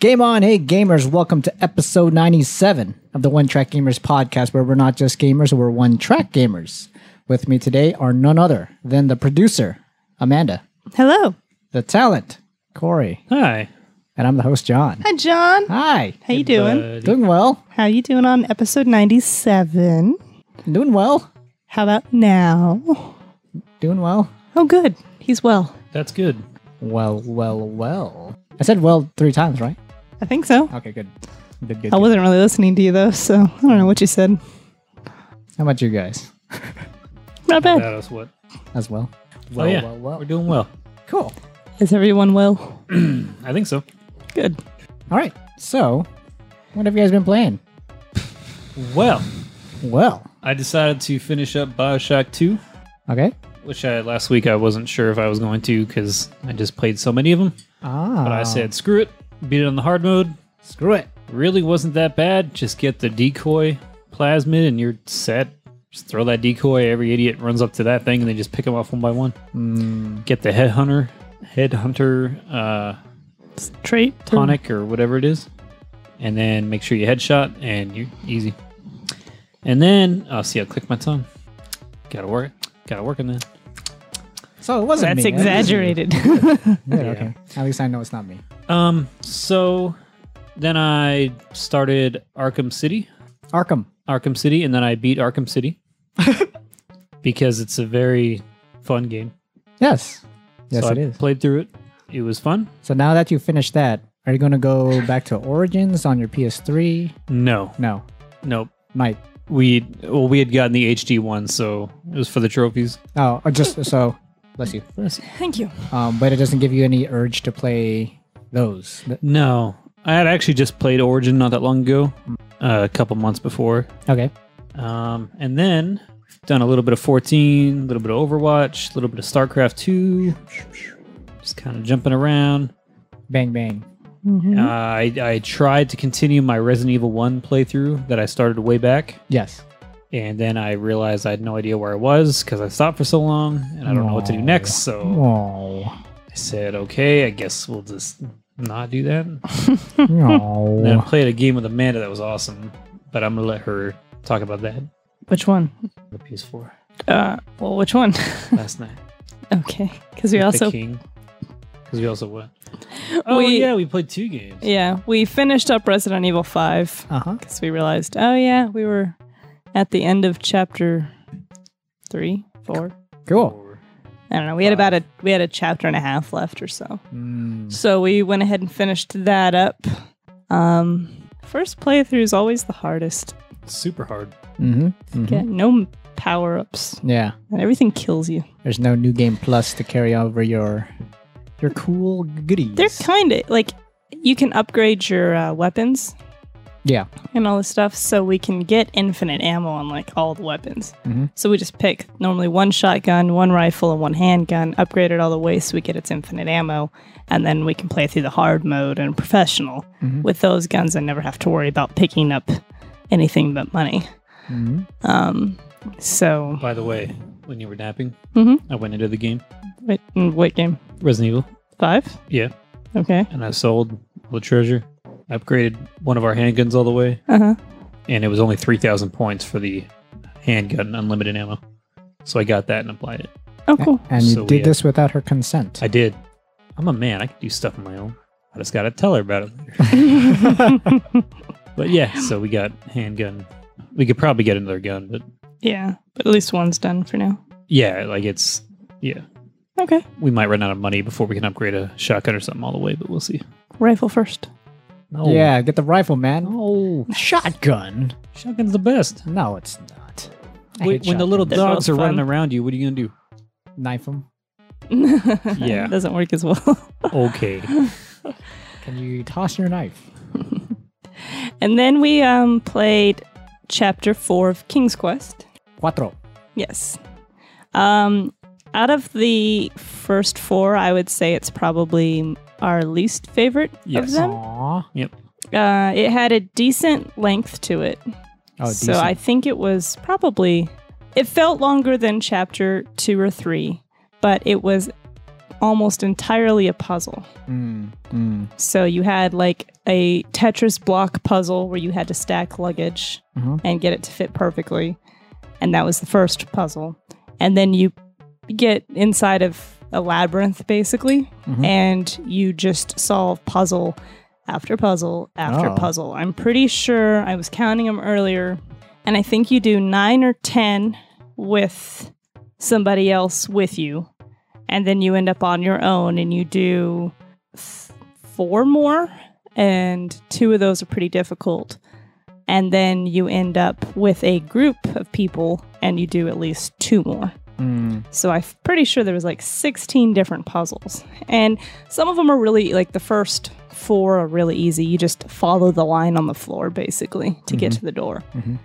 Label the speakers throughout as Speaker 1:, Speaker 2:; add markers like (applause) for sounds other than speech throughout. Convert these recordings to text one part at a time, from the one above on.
Speaker 1: Game on, hey gamers, welcome to episode 97 of the One Track Gamers podcast, where we're not just gamers, we're one track gamers. With me today are none other than the producer, Amanda,
Speaker 2: Hello.
Speaker 1: the talent, Corey,
Speaker 3: Hi.
Speaker 1: and I'm the host, John.
Speaker 2: Hi, John.
Speaker 1: Hi,
Speaker 2: How you doing?
Speaker 3: buddy.
Speaker 1: doing well,
Speaker 2: How you doing on episode 97?
Speaker 1: doing well,
Speaker 2: How about now?
Speaker 1: doing well,
Speaker 2: Oh, good. He's well.
Speaker 3: That's good.
Speaker 1: well, well, well. I said well three times, right?
Speaker 2: I think so.
Speaker 1: Okay, good, good, good.
Speaker 2: I
Speaker 1: good.
Speaker 2: wasn't really listening to you, though, so I don't know what you said.
Speaker 1: How about you guys
Speaker 2: Not
Speaker 3: That
Speaker 2: bad.
Speaker 3: was what.
Speaker 1: as well?
Speaker 3: Well,
Speaker 1: Well,
Speaker 3: yeah.
Speaker 1: well,
Speaker 3: We're
Speaker 1: well.
Speaker 3: doing well.
Speaker 1: Cool.
Speaker 2: Is everyone well?
Speaker 3: I think so.
Speaker 2: Good.
Speaker 1: All right. So, what have you guys been playing?
Speaker 3: Well,
Speaker 1: Well,
Speaker 3: I decided to finish up Bioshock 2,
Speaker 1: okay.
Speaker 3: which I, last week I wasn't sure if I was going to because I just played so many of them.
Speaker 1: Ah,
Speaker 3: But I said, screw it, beat it on the hard mode.
Speaker 1: screw it.
Speaker 3: Really wasn't that bad. Just get the decoy plasmid and you're set. Just throw that decoy. Every idiot runs up to that thing and they just pick them off one by one.
Speaker 1: Hmm.
Speaker 3: Get the headhunter, headhunter, uh,
Speaker 2: Trait. or-
Speaker 3: tonic or whatever it is, and then make sure you headshot and you're easy. And then I'll see. I click my tongue. Gotta work. Gotta work on that.
Speaker 1: So it wasn't
Speaker 2: (laughs) That's
Speaker 1: me.
Speaker 2: exaggerated.
Speaker 1: Yeah, Okay. At least I know it's not me.
Speaker 3: Um. So then I started Arkham City.
Speaker 1: Arkham.
Speaker 3: Arkham City, and then I beat Arkham City
Speaker 1: (laughs)
Speaker 3: because it's a very fun game.
Speaker 1: Yes. Yes,
Speaker 3: so
Speaker 1: it
Speaker 3: I
Speaker 1: is.
Speaker 3: Played through it. It was fun.
Speaker 1: So now that you finished that, are you going to go back to Origins on your PS3?
Speaker 3: No,
Speaker 1: No.
Speaker 3: nope.
Speaker 1: Might.
Speaker 3: We well, we had gotten the HD one, so it was for the trophies.
Speaker 1: Oh, or just so. Bless you.
Speaker 2: Thank you.
Speaker 1: Um, but it doesn't give you any urge to play those. Th-
Speaker 3: No, I had actually just played Origin not that long ago, uh, a couple months before,
Speaker 1: Okay.
Speaker 3: um, and then done a little bit of 14, a little bit of Overwatch, a little bit of StarCraft 2, just kind of jumping around.
Speaker 1: Bang, bang.
Speaker 2: Mm-hmm.
Speaker 3: Uh, I, I tried to continue my Resident Evil 1 playthrough that I started way back,
Speaker 1: Yes.
Speaker 3: and then I realized I had no idea where I was because I stopped for so long, and I don't know what to do
Speaker 1: No.
Speaker 3: next. So
Speaker 1: (laughs) Oh.
Speaker 3: I said, okay, I guess we'll just not do that. And then I
Speaker 1: No.
Speaker 3: played a game with Amanda that was awesome, but I'm gonna let her talk about that. on
Speaker 2: Which one?
Speaker 3: The PS4
Speaker 2: Uh, well, which one?
Speaker 3: last night.
Speaker 2: (laughs) okay. Because we
Speaker 3: With the
Speaker 2: also
Speaker 3: king. Because we also
Speaker 2: (laughs)
Speaker 3: what? Oh
Speaker 2: We-
Speaker 3: yeah, we played two games.
Speaker 2: Yeah, we finished up Resident Evil 5
Speaker 1: Uh huh.
Speaker 2: because we realized, oh, yeah, we were at the end of chapter three, four.
Speaker 1: Cool.
Speaker 2: I don't know. We had about a we had a chapter and a half left or so.
Speaker 1: Mm.
Speaker 2: So we went ahead and finished that up. Um, first playthrough is always the hardest.
Speaker 3: Super hard.
Speaker 1: hmm
Speaker 2: Get no power ups
Speaker 1: Yeah.
Speaker 2: and everything kills you.
Speaker 1: There's no new game plus to carry over your your cool goodies.
Speaker 2: They're kind of like you can upgrade your uh, weapons
Speaker 1: yeah.
Speaker 2: and all this stuff, so we can get infinite ammo on like all the weapons.
Speaker 1: Mhm.
Speaker 2: So we just pick normally one shotgun, one rifle, and one handgun, upgrade it all the way so we get its infinite ammo, and then we can play through the hard mode and professional
Speaker 1: Mhm.
Speaker 2: with those guns and never have to worry about picking up anything but money.
Speaker 1: Mhm.
Speaker 2: Um, so
Speaker 3: By the way, when you were napping,
Speaker 2: Mhm.
Speaker 3: I went into the game
Speaker 2: wait, mm, what game?
Speaker 3: Resident Evil.
Speaker 2: Five?
Speaker 3: Yeah,
Speaker 2: Okay.
Speaker 3: and I sold all the treasure. I upgraded one of our handguns all the way,
Speaker 2: Uh huh.
Speaker 3: and it was only three thousand points for the handgun unlimited ammo. So I got that and applied it.
Speaker 2: Oh, cool.
Speaker 1: And you
Speaker 3: So
Speaker 1: did
Speaker 3: we-
Speaker 1: this without her consent.
Speaker 3: I did. I'm a man. I can do stuff on my own. I just gotta tell her about it later.
Speaker 1: (laughs)
Speaker 2: (laughs)
Speaker 3: But yeah, so we got handgun. We could probably get another gun, but
Speaker 2: yeah, but at least one's done for now.
Speaker 3: yeah, like it's yeah.
Speaker 2: Okay.
Speaker 3: We might run out of money before we can upgrade a shotgun or something all the way, but we'll see.
Speaker 2: Rifle first.
Speaker 3: (laughs) No.
Speaker 1: Yeah, get the rifle, man.
Speaker 3: No.
Speaker 1: Shotgun?
Speaker 3: Shotgun's the best.
Speaker 1: No, it's not. I
Speaker 3: Wait,
Speaker 1: hate
Speaker 3: when the little
Speaker 2: shotguns.
Speaker 3: dogs
Speaker 2: They're
Speaker 3: are
Speaker 2: both
Speaker 3: running
Speaker 2: fun.
Speaker 3: around you, what are
Speaker 2: (laughs)
Speaker 3: you gonna do?
Speaker 1: shotgun. knife him.
Speaker 2: yeah. Doesn't work as well. (laughs)
Speaker 3: Okay.
Speaker 1: Can you toss your knife?
Speaker 2: and then we um, played chapter four of King's Quest.
Speaker 1: Cuatro.
Speaker 2: Yes. Um, out of the first four, I would say it's probably our least favorite of
Speaker 3: Yes.
Speaker 2: them.
Speaker 1: Aw.
Speaker 2: Uh, it had a decent length to it.
Speaker 1: Oh,
Speaker 2: so I think it was probably it felt longer than chapter 2 or 3, but it was almost entirely a puzzle.
Speaker 1: Mm, mm,
Speaker 2: So you had like a Tetris block puzzle where you had to stack luggage
Speaker 1: Mhm.
Speaker 2: and get it to fit perfectly. And that was the first puzzle. And then you get inside of a labyrinth basically
Speaker 1: Mhm.
Speaker 2: and you just solve puzzle after puzzle after
Speaker 1: Oh.
Speaker 2: puzzle. I'm pretty sure I was counting them earlier and I think you do 9 or 10 with somebody else with you and then you end up on your own and you do th- four more and two of those are pretty difficult and then you end up with a group of people and you do at least two more
Speaker 1: mm.
Speaker 2: so i'm pretty sure there was like 16 different puzzles and some of them are really like the first four are really easy you just follow the line on the floor basically to get to the door
Speaker 1: Mhm.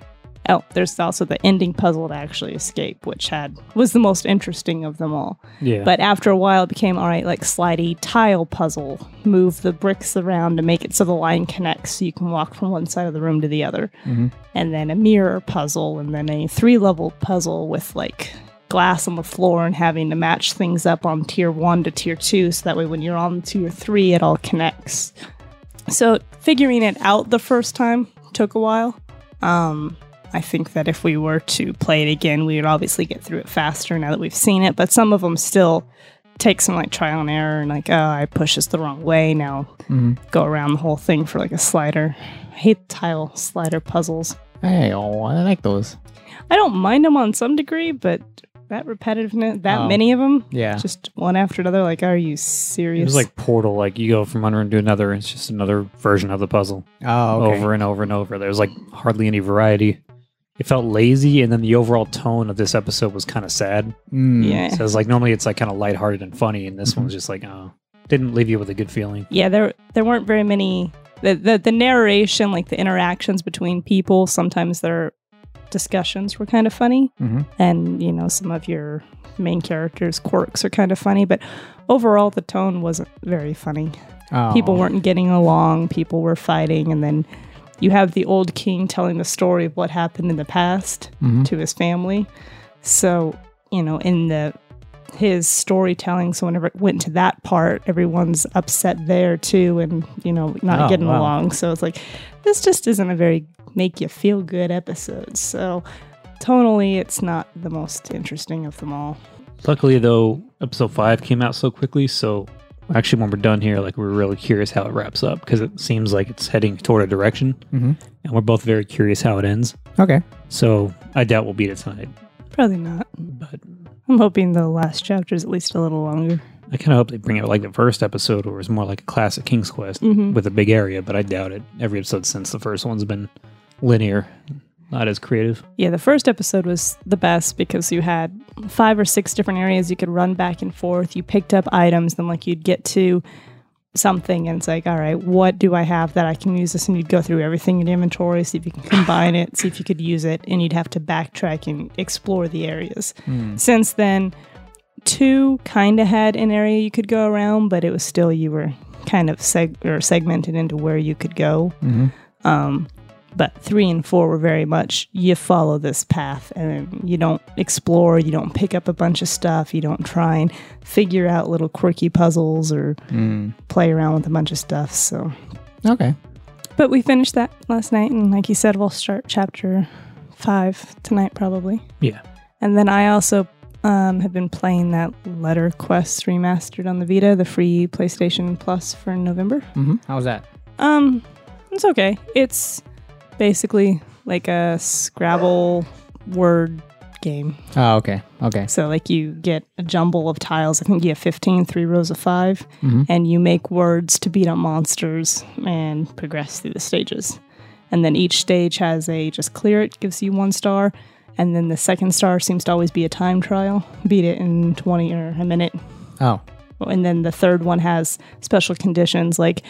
Speaker 2: oh there's also the ending puzzle to actually escape which had was the most interesting of them all
Speaker 3: Yeah.
Speaker 2: but after a while, it became all right, like slidey tile puzzle. Move the bricks around to make it so the line connects so you can walk from one side of the room to the other.
Speaker 1: Mhm.
Speaker 2: And then a mirror puzzle, and then a three level puzzle with like glass on the floor and having to match things up on tier one to tier two. So that way, when you're on tier three, it all connects. So figuring it out the first time took a while. Um, I think that if we were to play it again, we would obviously get through it faster now that we've seen it. But some of them still take some like trial and error and like, oh, I push this the wrong way. Now
Speaker 3: Mm-hmm.
Speaker 1: Mhm.
Speaker 2: go around the whole thing for like a slider. I hate tile slider puzzles.
Speaker 1: Hey, oh, I like those.
Speaker 2: I don't mind them on some degree, but that repetitiveness, that
Speaker 1: Oh.
Speaker 2: many of them,
Speaker 1: Yeah.
Speaker 2: just one after another. Like, are you serious?
Speaker 3: it was like Portal. Like you go from one room to another, and it's just another version of the puzzle
Speaker 1: Oh, okay.
Speaker 3: over and over and over. There was like hardly any variety. It felt lazy, and then the overall tone of this episode was kind of sad.
Speaker 1: Mm.
Speaker 2: yeah.
Speaker 3: So it's like normally it's like kind of lighthearted and funny, and this
Speaker 2: Mm-hmm.
Speaker 3: one was just like, oh, didn't leave you with a good feeling.
Speaker 2: yeah there there weren't very many the, the the narration like the interactions between people sometimes their discussions were kind of funny
Speaker 1: Mhm.
Speaker 2: and you know some of your main characters quirks are kind of funny but overall the tone wasn't very funny
Speaker 1: Oh.
Speaker 2: people weren't getting along people were fighting and then you have the old king telling the story of what happened in the past
Speaker 1: Mhm.
Speaker 2: to his family so you know in the his storytelling so whenever it went to that part everyone's upset there too and you know not
Speaker 1: Oh,
Speaker 2: getting
Speaker 1: wow.
Speaker 2: along so it's like this just isn't a very make you feel good episode so tonally it's not the most interesting of them all
Speaker 3: Luckily, though, episode five came out so quickly. So actually, when we're done here, like we're really curious how it wraps up because it seems like it's heading toward a direction,
Speaker 1: Mhm.
Speaker 3: and we're both very curious how it ends.
Speaker 1: Okay.
Speaker 3: So I doubt we'll beat it tonight,
Speaker 2: probably not
Speaker 3: but
Speaker 2: i'm hoping the last chapter is at least a little longer
Speaker 3: I kind of hope they bring it like the first episode, where it's more like a classic King's Quest with a big area. But I doubt it. Every episode since the first one's been linear, not as creative.
Speaker 2: Yeah, the first episode was the best because you had five or six different areas you could run back and forth. You picked up items, then like you'd get to something and it's like, all right, what do I have that I can use this? And you'd go through everything in inventory, see if you can combine it, see if you could use it, and you'd have to backtrack and explore the areas. Since then, two kind of had an area you could go around, but it was still you were kind of seg- or segmented into where you could go.
Speaker 1: Mhm.
Speaker 2: Um, but three and four were very much you follow this path and you don't explore, you don't pick up a bunch of stuff, you don't try and figure out little quirky puzzles or
Speaker 1: Mm.
Speaker 2: play around with a bunch of stuff. So,
Speaker 1: Okay.
Speaker 2: but we finished that last night, and like you said, we'll start chapter five tonight probably.
Speaker 3: Yeah.
Speaker 2: And then I also um, have been playing that Letter Quest remastered on the Vita, the free PlayStation Plus for November.
Speaker 1: Mm-hmm. How's that?
Speaker 2: Um, it's okay. It's basically like a Scrabble word game.
Speaker 1: Oh, okay. Okay.
Speaker 2: So like you get a jumble of tiles. I think you have 15, three rows of 5
Speaker 1: Mhm.
Speaker 2: and you make words to beat up monsters and progress through the stages. And then each stage has a just clear it gives you one star, and then the second star seems to always be a time trial. Beat it in 20 or a minute,
Speaker 1: Oh.
Speaker 2: and then the third one has special conditions like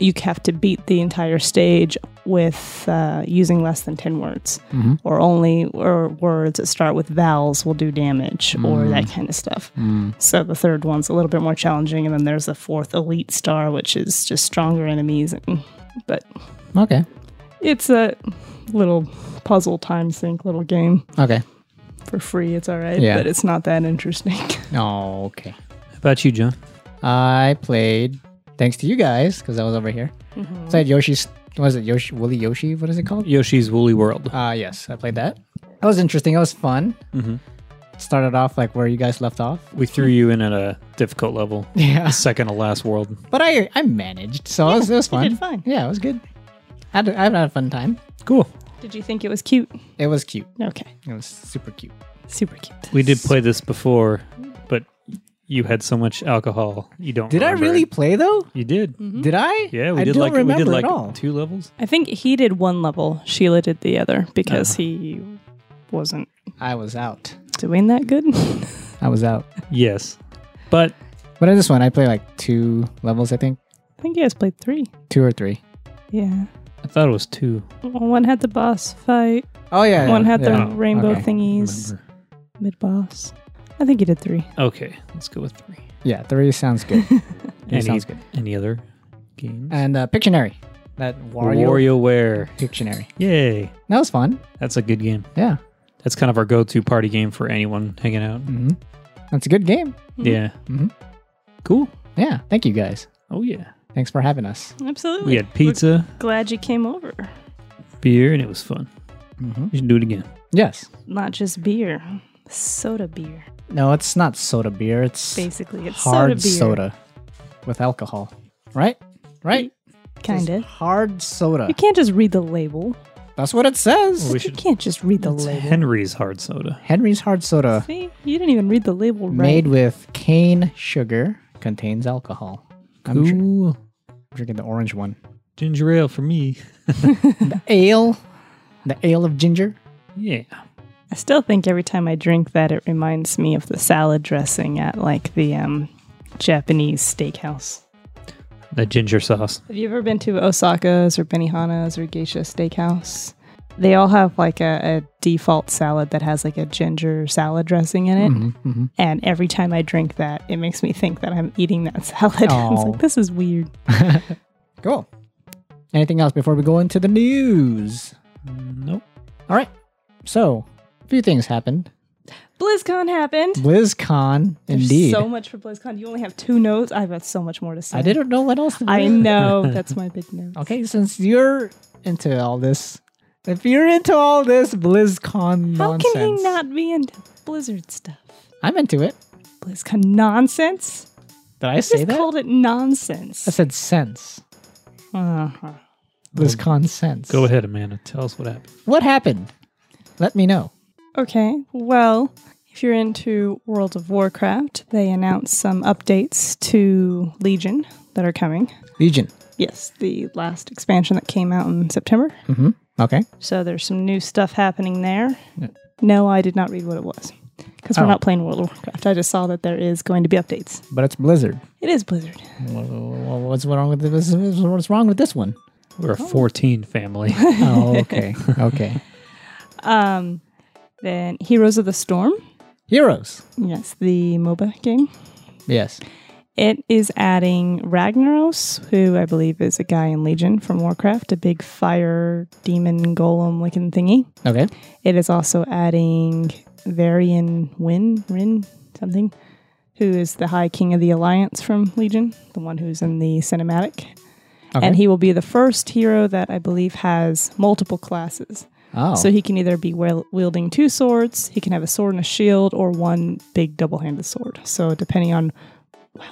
Speaker 2: you have to beat the entire stage with uh, using less than 10 words
Speaker 1: Mhm.
Speaker 2: or only or words that start with vowels will do damage or that kind of stuff
Speaker 1: Mm.
Speaker 2: so the third one's a little bit more challenging and then there's the fourth elite star which is just stronger enemies and, but
Speaker 1: Okay.
Speaker 2: It's a little puzzle time sync little game
Speaker 1: Okay.
Speaker 2: for free. It's all right,
Speaker 1: Yeah.
Speaker 2: but it's not that interesting. (laughs)
Speaker 1: Oh, okay.
Speaker 3: How about you, John?
Speaker 1: I played, thanks to you guys, because I was over here.
Speaker 2: Mm-hmm.
Speaker 1: So I had Yoshi's, what is it, Yoshi, Woolly Yoshi? What is it called?
Speaker 3: Yoshi's Woolly World.
Speaker 1: Uh, yes, I played that. That was interesting. It was fun.
Speaker 3: Mm-hmm.
Speaker 1: Started off like where you guys left off.
Speaker 2: (laughs)
Speaker 3: We threw you in at a difficult (laughs) level.
Speaker 1: Yeah.
Speaker 3: Second to last world.
Speaker 1: (laughs) But I I managed, so it, was, it was
Speaker 2: (laughs) you
Speaker 1: fun.
Speaker 2: did fine.
Speaker 1: Yeah, it was good. I had, I had a fun time.
Speaker 3: Cool.
Speaker 2: Did you think it was cute?
Speaker 1: It was cute.
Speaker 2: Okay,
Speaker 1: It was super cute.
Speaker 2: super cute.
Speaker 3: We did play this before, but you had so much alcohol. You don't.
Speaker 1: Did I
Speaker 3: remember
Speaker 1: really
Speaker 3: it.
Speaker 1: play though?
Speaker 3: You did.
Speaker 2: Mm-hmm.
Speaker 1: Did I?
Speaker 3: Yeah, we
Speaker 1: I
Speaker 3: did
Speaker 1: don't
Speaker 3: like we
Speaker 1: remember
Speaker 3: did like
Speaker 1: at all.
Speaker 3: two levels.
Speaker 2: I think he did one level. Sheila did the other because he wasn't
Speaker 1: I was out.
Speaker 2: doing that good. (laughs)
Speaker 1: I was out.
Speaker 3: Yes, but
Speaker 1: But in this one, I played like two levels, I think,
Speaker 2: I think you guys played three.
Speaker 1: two or three.
Speaker 2: Yeah.
Speaker 3: I thought it was two.
Speaker 2: Well, one had the boss fight.
Speaker 1: Oh yeah,
Speaker 2: one had
Speaker 1: yeah.
Speaker 2: the rainbow
Speaker 1: okay.
Speaker 2: thingies.
Speaker 3: Remember.
Speaker 2: Mid boss. I think you did three.
Speaker 3: Okay, let's go with three.
Speaker 1: Yeah, three sounds
Speaker 2: (laughs)
Speaker 1: good. Three
Speaker 3: Any,
Speaker 1: sounds good.
Speaker 3: any other games?
Speaker 1: And uh, Pictionary, that Wario
Speaker 3: WarioWare.
Speaker 1: Pictionary.
Speaker 3: Yay,
Speaker 1: That was fun.
Speaker 3: that's a good game.
Speaker 1: Yeah,
Speaker 3: That's kind of our go-to party game for anyone hanging out.
Speaker 1: hmm that's a good game.
Speaker 3: Yeah.
Speaker 1: Mhm.
Speaker 3: Cool.
Speaker 1: Yeah, thank you guys.
Speaker 3: Oh yeah.
Speaker 1: Thanks for having us.
Speaker 2: Absolutely.
Speaker 3: We had pizza,
Speaker 2: Glad you came over.
Speaker 3: beer, and it was fun.
Speaker 1: Mm-hmm.
Speaker 3: We should do it again.
Speaker 1: Yes.
Speaker 2: Not just beer, soda beer.
Speaker 1: No, it's not soda beer. It's
Speaker 2: Basically, it's
Speaker 1: hard
Speaker 2: soda
Speaker 1: soda, with alcohol. Right? Right?
Speaker 2: beer. Kind
Speaker 1: It's
Speaker 2: of.
Speaker 1: Hard soda.
Speaker 2: You Oh, can't just read the label.
Speaker 1: That's what it says.
Speaker 3: We
Speaker 2: You
Speaker 3: should.
Speaker 2: can't just read the
Speaker 3: It's
Speaker 2: label.
Speaker 3: Henry's hard soda.
Speaker 1: Henry's hard soda,
Speaker 2: See, you didn't even read the label right.
Speaker 1: made with cane sugar, contains alcohol. I'm dr-
Speaker 3: Ooh,
Speaker 1: drinking the orange one.
Speaker 3: ginger ale for me.
Speaker 1: Ale. The ale of ginger.
Speaker 3: Yeah.
Speaker 2: I still think every time I drink that, it reminds me of the salad dressing at like the um, Japanese steakhouse.
Speaker 3: That ginger sauce.
Speaker 2: Have you ever been to Osaka's or Benihana's or Geisha Steakhouse? They all have like a, a default salad that has like a ginger salad dressing in it.
Speaker 1: Mm-hmm.
Speaker 2: And every time I drink that, it makes me think that I'm eating that (laughs) salad. it's
Speaker 1: Aw.
Speaker 2: like, this is weird.
Speaker 1: Cool. Anything else before we go into the news?
Speaker 3: Nope.
Speaker 1: All right. So, a few things happened.
Speaker 2: BlizzCon happened.
Speaker 1: BlizzCon,
Speaker 2: There's
Speaker 1: indeed.
Speaker 2: so much for BlizzCon. You only have two notes. I've got so much more to say.
Speaker 1: I didn't know what else to do. (laughs)
Speaker 2: I know. That's my big note.
Speaker 1: Okay, since you're into all this, if you're into all this BlizzCon
Speaker 2: How
Speaker 1: nonsense,
Speaker 2: can he not be into Blizzard stuff?
Speaker 1: I'm into it.
Speaker 2: BlizzCon nonsense?
Speaker 1: Did I say
Speaker 2: Just
Speaker 1: that?
Speaker 2: called it nonsense.
Speaker 1: I said sense.
Speaker 2: Uh-huh.
Speaker 1: BlizzCon sense.
Speaker 3: Go ahead, Amanda. Tell us what happened.
Speaker 1: What happened? Let me know.
Speaker 2: Okay, well, if you're into World of Warcraft, they announced some updates to Legion that are coming.
Speaker 1: Legion.
Speaker 2: Yes, the last expansion that came out in September.
Speaker 1: Mm-hmm. Okay.
Speaker 2: So there's some new stuff happening there. No, I did not read what it was because
Speaker 1: Oh.
Speaker 2: we're not playing World of Warcraft. I just saw that there is going to be updates.
Speaker 1: But it's Blizzard.
Speaker 2: It is Blizzard.
Speaker 1: Wha- wha- What's wrong with this? What's wrong with this
Speaker 2: (laughs)
Speaker 1: one?
Speaker 3: We're a 14 family.
Speaker 1: Oh, okay. okay.
Speaker 2: Um, then Heroes of the Storm.
Speaker 1: Heroes.
Speaker 2: Yes, the MOBA game.
Speaker 1: Yes.
Speaker 2: It is adding Ragnaros, who I believe is a guy in Legion from Warcraft, a big fire demon golem looking thingy.
Speaker 1: Okay.
Speaker 2: It is also adding Varian Win, Rin, something, who is the High King of the Alliance from Legion, the one who's in the cinematic.
Speaker 1: Okay.
Speaker 2: And he will be the first hero that I believe has multiple classes.
Speaker 1: Oh.
Speaker 2: So he can either be wiel- wielding two swords, he can have a sword and a shield, or one big double handed sword. So, depending on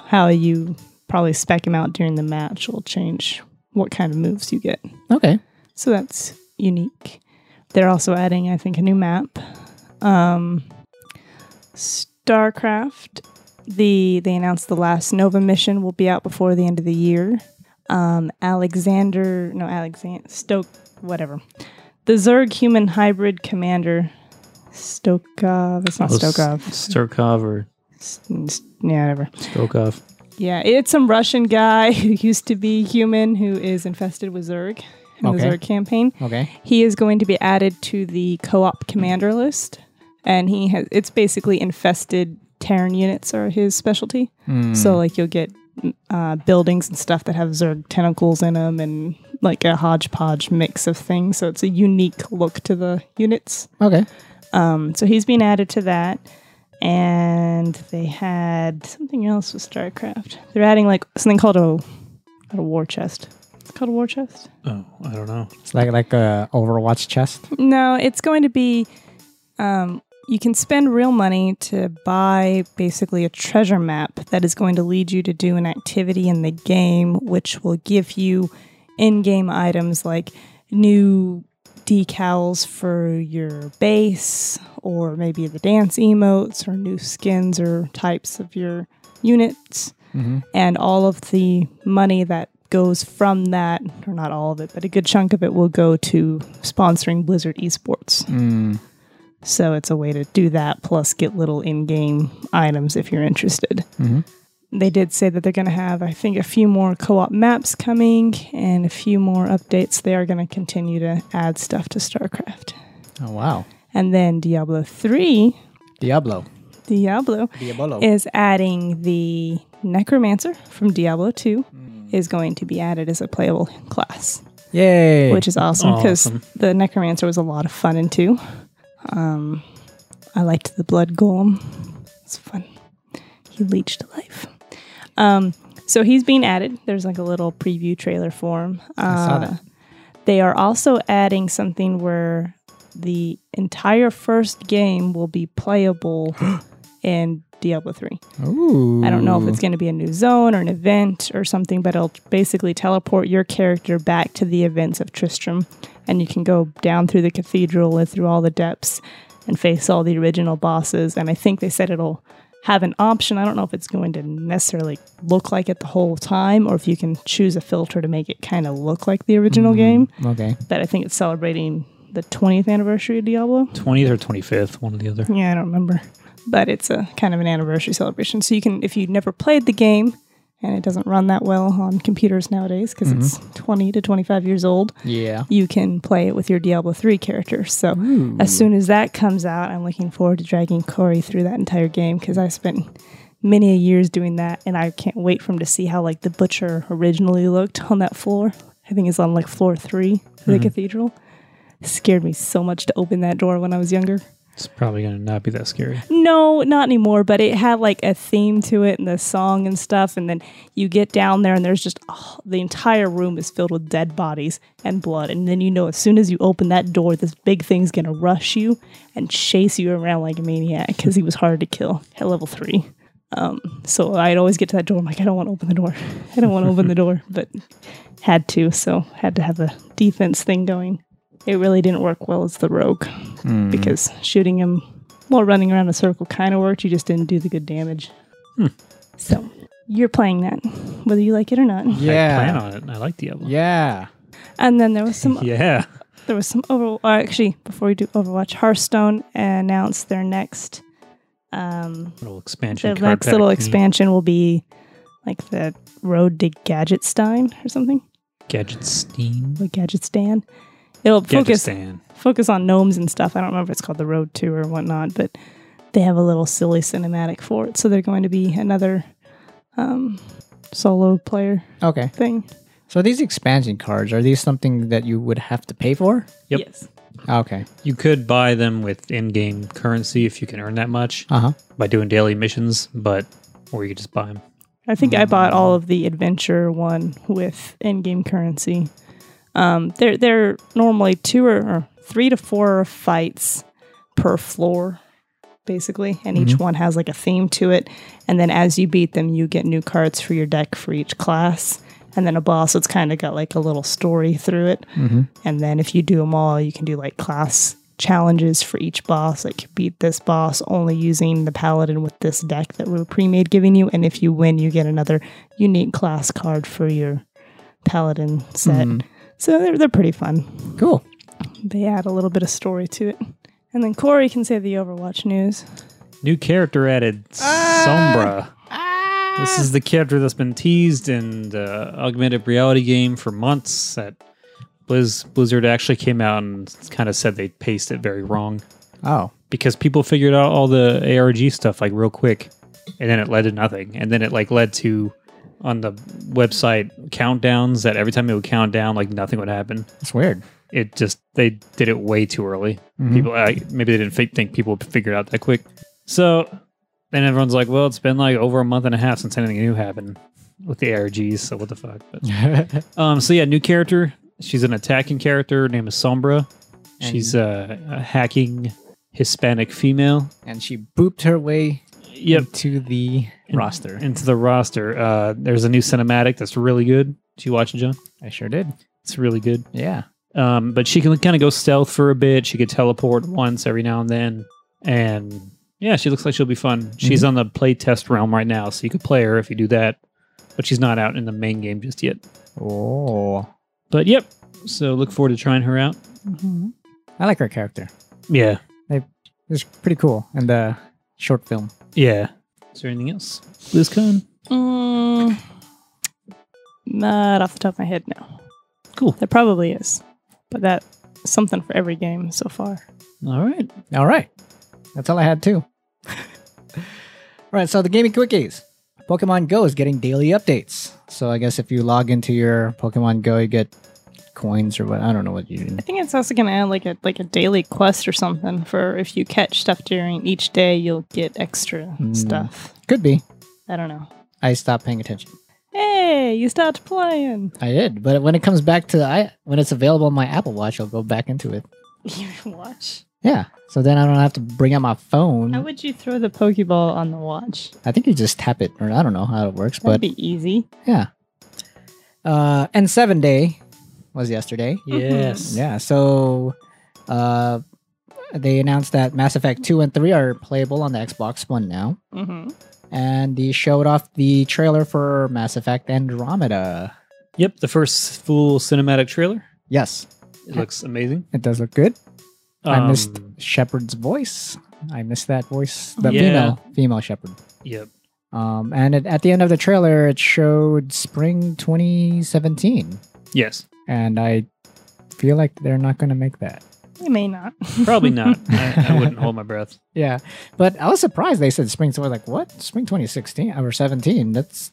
Speaker 2: how you probably spec him out during the match, will change what kind of moves you get.
Speaker 1: okay.
Speaker 2: So, that's unique. They're also adding, I think, a new map. Um, StarCraft, the, they announced the last Nova mission will be out before the end of the year. Um, Alexander, no, Alexander, Stoke, whatever. The Zerg human hybrid commander, Stokov. It's not
Speaker 3: Oh,
Speaker 2: Stokov.
Speaker 3: Stokov or
Speaker 2: S- s- Yeah, whatever.
Speaker 3: Stokov.
Speaker 2: Yeah, it's some Russian guy (laughs) who used to be human who is infested with Zerg in
Speaker 1: Okay.
Speaker 2: the Zerg campaign.
Speaker 1: Okay.
Speaker 2: He is going to be added to the co-op commander list, and he has. It's basically infested Terran units are his specialty. So like you'll get mm, uh, buildings and stuff that have Zerg tentacles in them, and like a hodgepodge mix of things. So it's a unique look to the units.
Speaker 1: Okay.
Speaker 2: Um, so he's been added to that. And they had something else with StarCraft. They're adding like something called a, not a war chest. It's called a war chest.
Speaker 3: Oh, I don't know.
Speaker 1: It's like like a Overwatch chest.
Speaker 2: No, it's going to be. Um, you can spend real money to buy basically a treasure map that is going to lead you to do an activity in the game, which will give you in-game items like new decals for your base, or maybe the dance emotes, or new skins or types of your units and all of the money that goes from that, or not all of it, but a good chunk of it will go to sponsoring Blizzard Esports. So it's a way to do that, plus get little in game items if you're interested. They did say that they're going to have, I think, a few more co op maps coming and a few more updates. They are going to continue to add stuff to StarCraft.
Speaker 1: Oh wow,
Speaker 2: And then Diablo 3,
Speaker 1: Diablo.
Speaker 2: Diablo,
Speaker 1: Diablo.
Speaker 2: is adding the necromancer from Diablo 2
Speaker 1: Hmm.
Speaker 2: is going to be added as a playable class,
Speaker 1: Yay.
Speaker 2: which is awesome because
Speaker 3: Awesome.
Speaker 2: the necromancer was a lot of fun in 2. Um, I liked the blood golem. It's fun. He leached life. Um, so he's being added. There's like a little preview trailer for him.
Speaker 1: I saw
Speaker 2: Uh,
Speaker 1: that.
Speaker 2: they are also adding something where the entire first game will be
Speaker 1: (gasps)
Speaker 2: playable in Diablo 3.
Speaker 1: Ooh.
Speaker 2: I don't know if it's going to be a new zone or an event or something, but it'll basically teleport your character back to the events of Tristram. And you can go down through the cathedral and through all the depths and face all the original bosses. And I think they said it'll have an option. I don't know if it's going to necessarily look like it the whole time or if you can choose a filter to make it kind of look like the original game.
Speaker 1: Okay.
Speaker 2: But I think it's celebrating the 20th anniversary of Diablo.
Speaker 3: 20th or 25th, one or the other.
Speaker 2: Yeah, I don't remember. But it's a kind of an anniversary celebration. So you can, if you never played the game, and it doesn't run that well on computers nowadays because it's 20 to 25 years old,
Speaker 1: Yeah.
Speaker 2: you can play it with your Diablo 3 character. So as soon as that comes out, I'm looking forward to dragging Corey through that entire game because I spent many a years doing that, and I can't wait for him to see how like the butcher originally looked on that floor. I think it's on like floor three of the cathedral. Scared me so much to open that door when I was younger.
Speaker 3: It's probably going to not be that scary.
Speaker 2: No, not anymore. But it had like a theme to it and the song and stuff. And then you get down there and there's just oh, the entire room is filled with dead bodies and blood. And then you know as soon as you open that door, this big thing's gonna rush you and chase you around like a maniac because he was hard to kill at level three. Um, so I'd always get to that door. I'm like, I don't want to open the door. I don't want to open the door, but had to. So had to have a defense thing going. It really didn't work well as the rogue because shooting him while running around a circle kind of worked. You just didn't do the good damage. So you're playing that, whether you like it or not.
Speaker 1: Yeah.
Speaker 3: I plan on it. I like Diablo.
Speaker 1: Yeah.
Speaker 2: And then there was some
Speaker 3: (laughs) Yeah.
Speaker 2: there was some over. Uh, actually, before we do Overwatch, Hearthstone announced their next um,
Speaker 3: Little expansion.
Speaker 2: their
Speaker 3: card
Speaker 2: next
Speaker 3: pack.
Speaker 2: little expansion will be like the Road to Gadgetstein or something.
Speaker 3: Gadget Steam.
Speaker 2: Like Gadgetstein. It'll
Speaker 3: Gadget
Speaker 2: focus
Speaker 3: Stand.
Speaker 2: focus on gnomes and stuff. I don't remember if it's called the Road to or whatnot, but they have a little silly cinematic for it. So they're going to be another um, solo player
Speaker 1: Okay.
Speaker 2: thing.
Speaker 1: So these expansion cards are these something that you would have to pay for?
Speaker 3: Yep.
Speaker 2: Yes.
Speaker 1: Okay.
Speaker 3: You could buy them with in-game currency if you can earn that much
Speaker 1: Uh huh.
Speaker 3: by doing daily missions, but or you could just buy them.
Speaker 2: I think I bought all of the adventure one with in-game currency. Um, they're they're normally two or, or three to four fights per floor, basically, and each one has like a theme to it. And then as you beat them, you get new cards for your deck for each class, and then a boss. It's kind of got like a little story through it. And then if you do them all, you can do like class challenges for each boss. Like beat this boss only using the paladin with this deck that we were pre-made giving you. And if you win, you get another unique class card for your paladin set. So they're, they're pretty fun.
Speaker 1: Cool.
Speaker 2: They add a little bit of story to it. And then Corey can say the Overwatch news.
Speaker 3: New character added, Sombra. This is the character that's been teased in the augmented reality game for months. That Blizz, Blizzard actually came out and kind of said they paced it very wrong
Speaker 1: Oh.
Speaker 3: because people figured out all the ARG stuff like real quick, and then it led to nothing, and then it like led to on the website countdowns that every time it would count down, like nothing would happen.
Speaker 1: It's weird.
Speaker 3: It just they did it way too early.
Speaker 1: Mhm.
Speaker 3: People like, maybe they didn't fi- think people would figure it out that quick. So then everyone's like, "Well, it's been like over a month and a half since anything new happened with the ARGs, so what the fuck?" But, um, so yeah, new character. She's an attacking character. Her name is Sombra. She's uh, a hacking Hispanic female.
Speaker 1: (laughs) and she booped her way
Speaker 3: Yep.
Speaker 1: into the
Speaker 3: In-
Speaker 1: roster.
Speaker 3: into the roster. Uh, there's a new cinematic that's really good. Did you watch it, John?
Speaker 1: I sure did.
Speaker 3: It's really good.
Speaker 1: Yeah.
Speaker 3: Um, but she can kind of go stealth for a bit. She could teleport once every now and then. And yeah, she looks like she'll be fun. She's
Speaker 1: Mm-hmm.
Speaker 3: on the play test realm right now, so you could play her if you do that. But she's not out in the main game just yet.
Speaker 1: Oh,
Speaker 3: But yep. So look forward to trying her out.
Speaker 1: I like her character.
Speaker 3: Yeah.
Speaker 1: It's pretty cool. And the short film.
Speaker 3: Yeah. Is there anything else? BlizzCon?
Speaker 2: Mm, not off the top of my head, no.
Speaker 3: Cool.
Speaker 2: There probably is, but that something for every game so far.
Speaker 3: All right.
Speaker 1: All right. That's all I had too. (laughs) all right. So the gaming quickies. Pokemon Go is getting daily updates. So I guess if you log into your Pokemon Go, you get coins or what. I don't know what you.
Speaker 2: I think it's also going to add like a like a daily quest or something for if you catch stuff during each day, you'll get extra
Speaker 1: Mm.
Speaker 2: stuff.
Speaker 1: Could be.
Speaker 2: I don't know.
Speaker 1: I stopped paying attention.
Speaker 2: Hey, you stopped playing. (laughs)
Speaker 1: I did, but when it comes back to I when it's available on my Apple Watch, I'll go back into it.
Speaker 2: You watch.
Speaker 1: Yeah. So then I don't have to bring out my phone. I
Speaker 2: How would you throw the Pokeball on the watch?
Speaker 1: think you just tap it, or I don't know how it works,
Speaker 2: That'd
Speaker 1: but
Speaker 2: be easy.
Speaker 1: yeah. Uh, and seven day was yesterday.
Speaker 3: Yes.
Speaker 1: Uh-huh. Yeah. So, uh, they announced that Mass Effect two and three are playable on the Xbox One now,
Speaker 2: Mm-hmm.
Speaker 1: and they showed off the trailer for Mass Effect Andromeda.
Speaker 3: Yep. The first full cinematic trailer.
Speaker 1: Yes,
Speaker 3: It looks amazing.
Speaker 1: it does look good. I missed
Speaker 3: Um,
Speaker 1: Shepard's voice. I missed that voice. The
Speaker 3: Yeah.
Speaker 1: female female Shepard.
Speaker 3: Yep.
Speaker 1: Um, and it, at the end of the trailer, it showed spring 2017,
Speaker 3: Yes.
Speaker 1: and I feel like they're not going to make that.
Speaker 2: You may not.
Speaker 1: (laughs)
Speaker 3: Probably not. I, I wouldn't hold my breath.
Speaker 1: Yeah, but I was surprised they said spring. So I was like, "What? Spring 2016 or 17? That's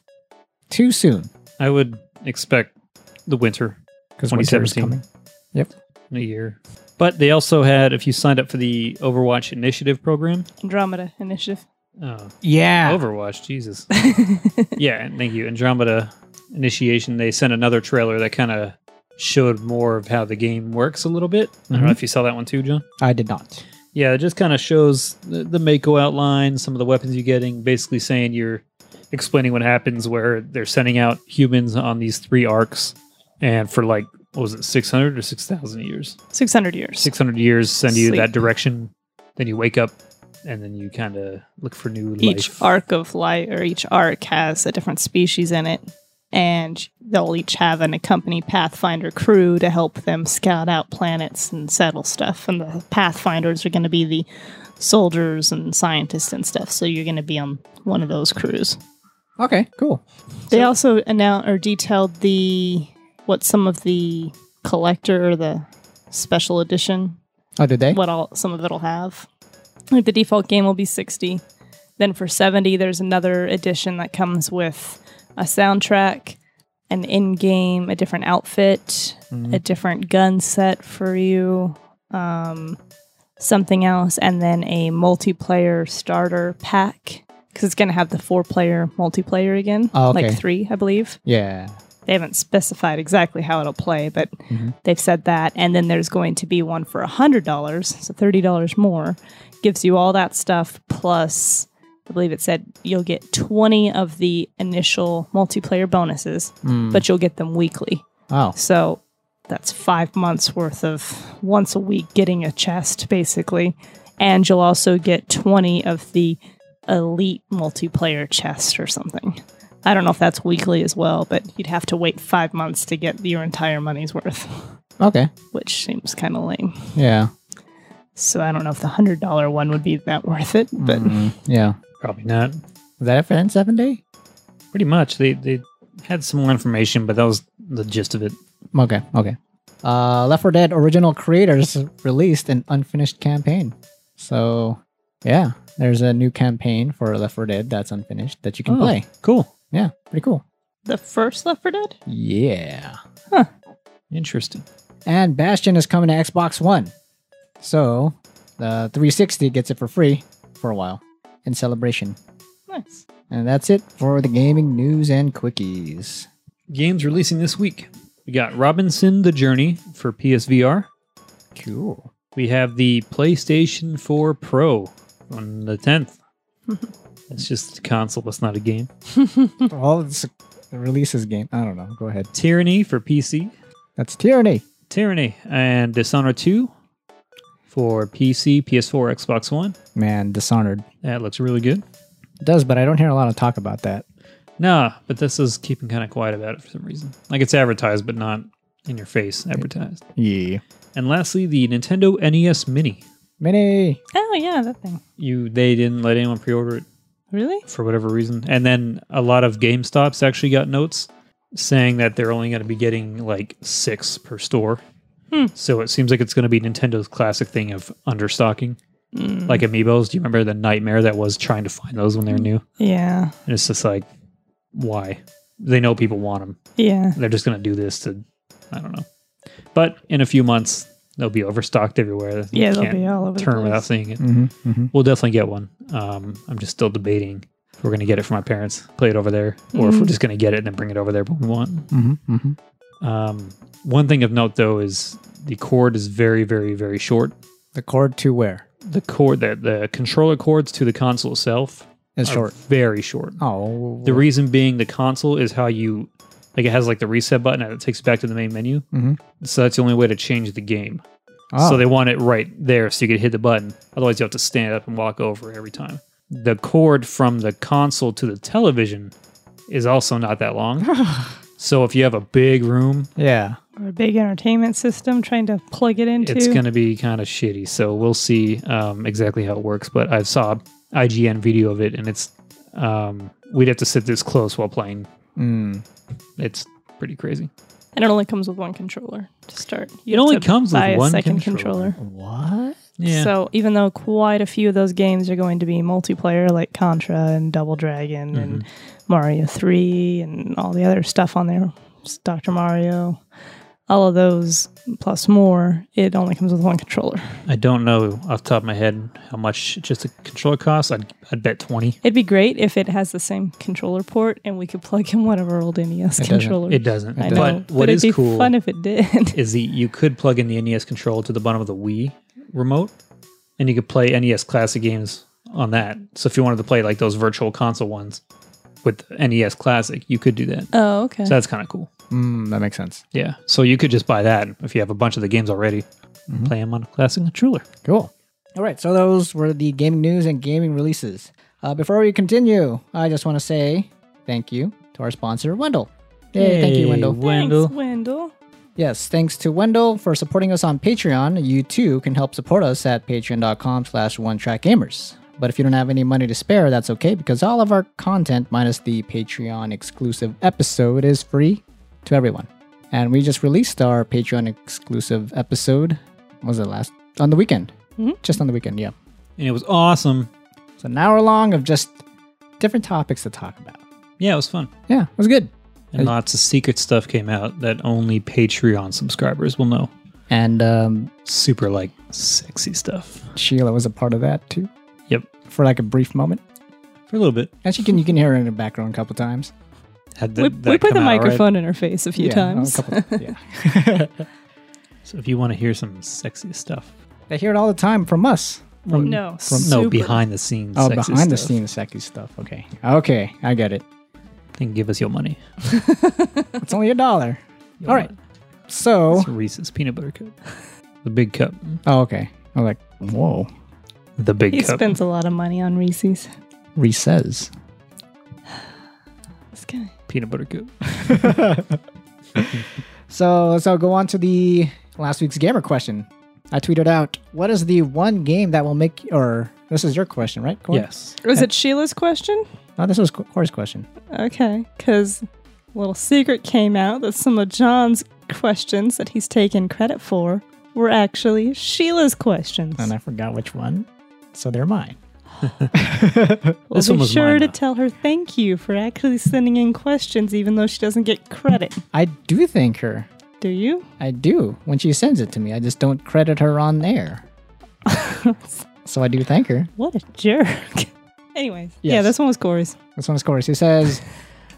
Speaker 1: too soon."
Speaker 3: I would expect the winter
Speaker 1: Because winter's
Speaker 3: 2017.
Speaker 1: coming.
Speaker 3: in a year. But they also had, if you signed up for the Overwatch Initiative program,
Speaker 2: Andromeda Initiative. (laughs)
Speaker 3: oh,
Speaker 1: Yeah,
Speaker 3: Overwatch, Jesus. (laughs) yeah, and thank you. Andromeda Initiation, they sent another trailer that kind of showed more of how the game works a little bit. I don't know
Speaker 1: Mhm.
Speaker 3: if you saw that one too, John.
Speaker 1: I did not.
Speaker 3: Yeah, it just kind of shows the, the Mako outline, some of the weapons you're getting, basically saying you're explaining what happens where they're sending out humans on these three arcs and for like, what was it, 600 or 6,000 years?
Speaker 2: 600 years.
Speaker 3: 600 years send you that
Speaker 2: Sleep.
Speaker 3: direction. Then you wake up and then you kind of look for new
Speaker 2: each
Speaker 3: life.
Speaker 2: arc of light or each arc has a different species in it and they'll each have an accompany pathfinder crew to help them scout out planets and settle stuff and the pathfinders are going to be the soldiers and scientists and stuff so you're going to be on one of those crews
Speaker 1: Okay, cool.
Speaker 2: they also announced or detailed the what some of the collector or the special edition
Speaker 1: Oh, did they?
Speaker 2: what all some of it'll have. Like the default game will be 60. Then for 70, there's another edition that comes with a soundtrack, an in-game, a different outfit,
Speaker 1: Mhm.
Speaker 2: a different gun set for you, um, something else, and then a multiplayer starter pack because it's going to have the four-player multiplayer again,
Speaker 1: Oh, okay.
Speaker 2: like three, I believe
Speaker 1: Yeah.
Speaker 2: they haven't specified exactly how it'll play, but
Speaker 1: Mhm.
Speaker 2: they've said that. And then there's going to be one for hundred dollars, so thirty dollars more. Gives you all that stuff plus, I believe it said you'll get twenty of the initial multiplayer bonuses,
Speaker 1: Mm.
Speaker 2: but you'll get them weekly.
Speaker 1: oh,
Speaker 2: So that's five months worth of once a week getting a chest, basically. And you'll also get 20 of the elite multiplayer chest or something. I don't know if that's weekly as well, but you'd have to wait five months to get your entire money's worth, (laughs)
Speaker 1: okay.
Speaker 2: which seems kind of lame.
Speaker 1: Yeah.
Speaker 2: So I don't know if the $100 one would be that worth it, but
Speaker 1: Mm, yeah.
Speaker 3: Probably not.
Speaker 1: Was that it for N seven day?
Speaker 3: Pretty much. They they had some more information, but that was the gist of it.
Speaker 1: Okay. Okay. Uh, Left 4 Dead original creators released an unfinished campaign. So, yeah, there's a new campaign for Left 4 Dead that's unfinished that you can
Speaker 3: Oh,
Speaker 1: play.
Speaker 3: Cool.
Speaker 1: Yeah, pretty cool.
Speaker 2: The first Left 4 Dead?
Speaker 1: Yeah.
Speaker 3: Interesting.
Speaker 1: And Bastion is coming to Xbox One. So the 360 gets it for free for a while in celebration.
Speaker 2: Nice.
Speaker 1: And that's it for the gaming news and quickies.
Speaker 3: Games releasing this week. We got Robinson the Journey for PSVR.
Speaker 1: Cool.
Speaker 3: We have the PlayStation 4 Pro on
Speaker 2: (laughs)
Speaker 3: the 10th. It's just a console, it's not a game.
Speaker 1: (laughs) All it's releases game. I don't know. Go ahead.
Speaker 3: Tyranny for PC.
Speaker 1: That's tyranny.
Speaker 3: Tyranny and Dishonored 2 for PC, PS4, Xbox One.
Speaker 1: Man, Dishonored
Speaker 3: That looks really good.
Speaker 1: does, but I don't hear a lot of talk about that.
Speaker 3: Nah, but this is keeping kind of quiet about it for some reason. Like it's advertised, but not in your face advertised.
Speaker 1: Yeah.
Speaker 3: And lastly, the Nintendo NES Mini.
Speaker 1: Mini.
Speaker 2: Oh, yeah, that thing.
Speaker 3: You they didn't let anyone pre-order it
Speaker 2: Really?
Speaker 3: for whatever reason. And then a lot of GameStops actually got notes saying that they're only going to be getting like six per store.
Speaker 2: Hmm.
Speaker 3: So it seems like it's going to be Nintendo's classic thing of understocking, like amiibos. Do you remember the nightmare that was trying to find those when they were new?
Speaker 2: Yeah.
Speaker 3: And it's just like, why? They know people want them.
Speaker 2: Yeah.
Speaker 3: They're just going to do this to, I don't know. But in a few months, they'll be overstocked everywhere. You
Speaker 2: Yeah, they'll
Speaker 3: can't
Speaker 2: be all over
Speaker 3: turn
Speaker 2: the
Speaker 3: without
Speaker 2: place.
Speaker 3: seeing it.
Speaker 1: Mm-hmm, mm-hmm.
Speaker 3: We'll definitely get one. Um, I'm just still debating if we're going to get it for my parents, play it over there, or if we're
Speaker 2: Mm.
Speaker 3: just going to get it and then bring it over there when we want.
Speaker 1: Mm-hmm, mm-hmm.
Speaker 3: Um, one thing of note, though, is the cord is very, very, very short.
Speaker 1: The cord to where
Speaker 3: The cord, the, the controller cords to the console itself
Speaker 1: is
Speaker 3: are
Speaker 1: short.
Speaker 3: very short.
Speaker 1: Oh,
Speaker 3: The reason being the console is how you, like, it has like the reset button and it takes you back to the main menu.
Speaker 1: Mhm.
Speaker 3: So that's the only way to change the game.
Speaker 1: oh,
Speaker 3: So they want it right there so you could hit the button. Otherwise, you have to stand up and walk over every time. The cord from the console to the television is also not that long. so if you have a big room,
Speaker 1: yeah.
Speaker 2: Or a big entertainment system trying to plug it into.
Speaker 3: it's going to be kind of shitty. So we'll see um, exactly how it works. But I saw IGN video of it, and it's um, we'd have to sit this close while playing.
Speaker 1: Mm.
Speaker 3: It's pretty crazy.
Speaker 2: and it only comes with one controller to start. You
Speaker 3: It
Speaker 2: have
Speaker 3: only
Speaker 2: to
Speaker 3: comes with
Speaker 2: buy a
Speaker 3: one
Speaker 2: second
Speaker 3: controller.
Speaker 2: controller.
Speaker 1: What?
Speaker 3: Yeah.
Speaker 2: So even though quite a few of those games are going to be multiplayer, like Contra and Double Dragon and
Speaker 3: Mm-hmm.
Speaker 2: Mario Three and all the other stuff on there, Doctor Mario, all of those plus more, it only comes with one controller.
Speaker 3: I don't know off the top of my head how much just a controller costs. I'd, I'd bet 20.
Speaker 2: It'd be great if it has the same controller port and we could plug in one of our old NES
Speaker 1: doesn't.
Speaker 2: controllers.
Speaker 3: It doesn't.
Speaker 2: I know,
Speaker 3: But what
Speaker 2: it'd
Speaker 3: is
Speaker 2: be
Speaker 3: cool
Speaker 2: fun if it
Speaker 3: (laughs)
Speaker 2: did.
Speaker 3: is the you could plug in the NES controller to the bottom of the Wii remote, and you could play NES classic games on that. So if you wanted to play like those virtual console ones with the NES classic, you could do that.
Speaker 2: oh, okay.
Speaker 3: So that's kind of cool.
Speaker 1: Mm, that makes sense.
Speaker 3: Yeah. So you could just buy that if you have a bunch of the games already, and play them on a classic controller.
Speaker 1: Cool. All right, so those were the gaming news and gaming releases. Uh, before we continue, I just want to say thank you to our sponsor, Wendell. Hey, thank
Speaker 3: Hey,
Speaker 1: you, Wendell.
Speaker 3: Wendell.
Speaker 2: Thanks, Wendell.
Speaker 1: Yes, thanks to Wendell for supporting us on Patreon. You too can help support us at patreon.com slash one track gamers. But if you don't have any money to spare, that's okay because all of our content minus the Patreon exclusive episode is free to everyone. And we just released our Patreon exclusive episode. what was it last on the weekend? Just on the weekend, yeah.
Speaker 3: And it was awesome.
Speaker 1: It's an hour long of just different topics to talk about.
Speaker 3: Yeah, it was fun.
Speaker 1: Yeah, it was good.
Speaker 3: And lots of secret stuff came out that only Patreon subscribers will know.
Speaker 1: And um,
Speaker 3: Super like sexy stuff.
Speaker 1: Sheila was a part of that too
Speaker 3: Yep.
Speaker 1: for like a brief moment.
Speaker 3: For a little bit.
Speaker 1: And she can you can hear her in the background a couple times.
Speaker 3: Had
Speaker 2: we,
Speaker 3: that
Speaker 2: we put
Speaker 3: come
Speaker 2: the
Speaker 3: out right.
Speaker 2: microphone in her face a few
Speaker 1: yeah,
Speaker 2: times.
Speaker 1: A couple, yeah,
Speaker 3: So if you want to hear some sexy stuff,
Speaker 1: they hear it all the time from us. From,
Speaker 2: no,
Speaker 3: no
Speaker 2: super.
Speaker 3: (laughs) behind the scenes,
Speaker 1: Oh,
Speaker 3: sexy
Speaker 1: behind the
Speaker 3: stuff,
Speaker 1: scenes sexy stuff. Okay, okay, I get it.
Speaker 3: then give us your money.
Speaker 1: It's only a dollar.
Speaker 3: Your
Speaker 1: All right.
Speaker 3: money.
Speaker 1: So,
Speaker 3: It's Reese's peanut butter cup, the big cup,
Speaker 1: oh, okay. I'm like, whoa,
Speaker 3: the big
Speaker 2: He
Speaker 3: cup.
Speaker 2: spends a lot of money on Reese's.
Speaker 1: Reese's.
Speaker 2: This guy.
Speaker 3: peanut butter cup.
Speaker 1: (laughs) So let's all go on to the last week's gamer question. I tweeted out, "What is the one game that will make?" Or this is your question, right? Corey?
Speaker 3: Yes,
Speaker 2: Was it Sheila's question?
Speaker 1: No, this was Co- Corey's question.
Speaker 2: Okay, because little secret came out that some of John's questions that he's taken credit for were actually Sheila's questions.
Speaker 1: and I forgot which one, so they're mine.
Speaker 2: We'll
Speaker 3: This
Speaker 2: be
Speaker 3: one was
Speaker 2: sure
Speaker 3: mine,
Speaker 2: to
Speaker 3: though.
Speaker 2: tell her thank you for actually sending in questions, even though she doesn't get credit.
Speaker 1: I do thank her.
Speaker 2: Do you?
Speaker 1: I do when she sends it to me. I just don't credit her on air. (laughs) so I do thank her.
Speaker 2: What a jerk. (laughs) Anyways, yeah,
Speaker 1: Yes.
Speaker 2: this one was Corey's.
Speaker 1: This one is Corey. He says,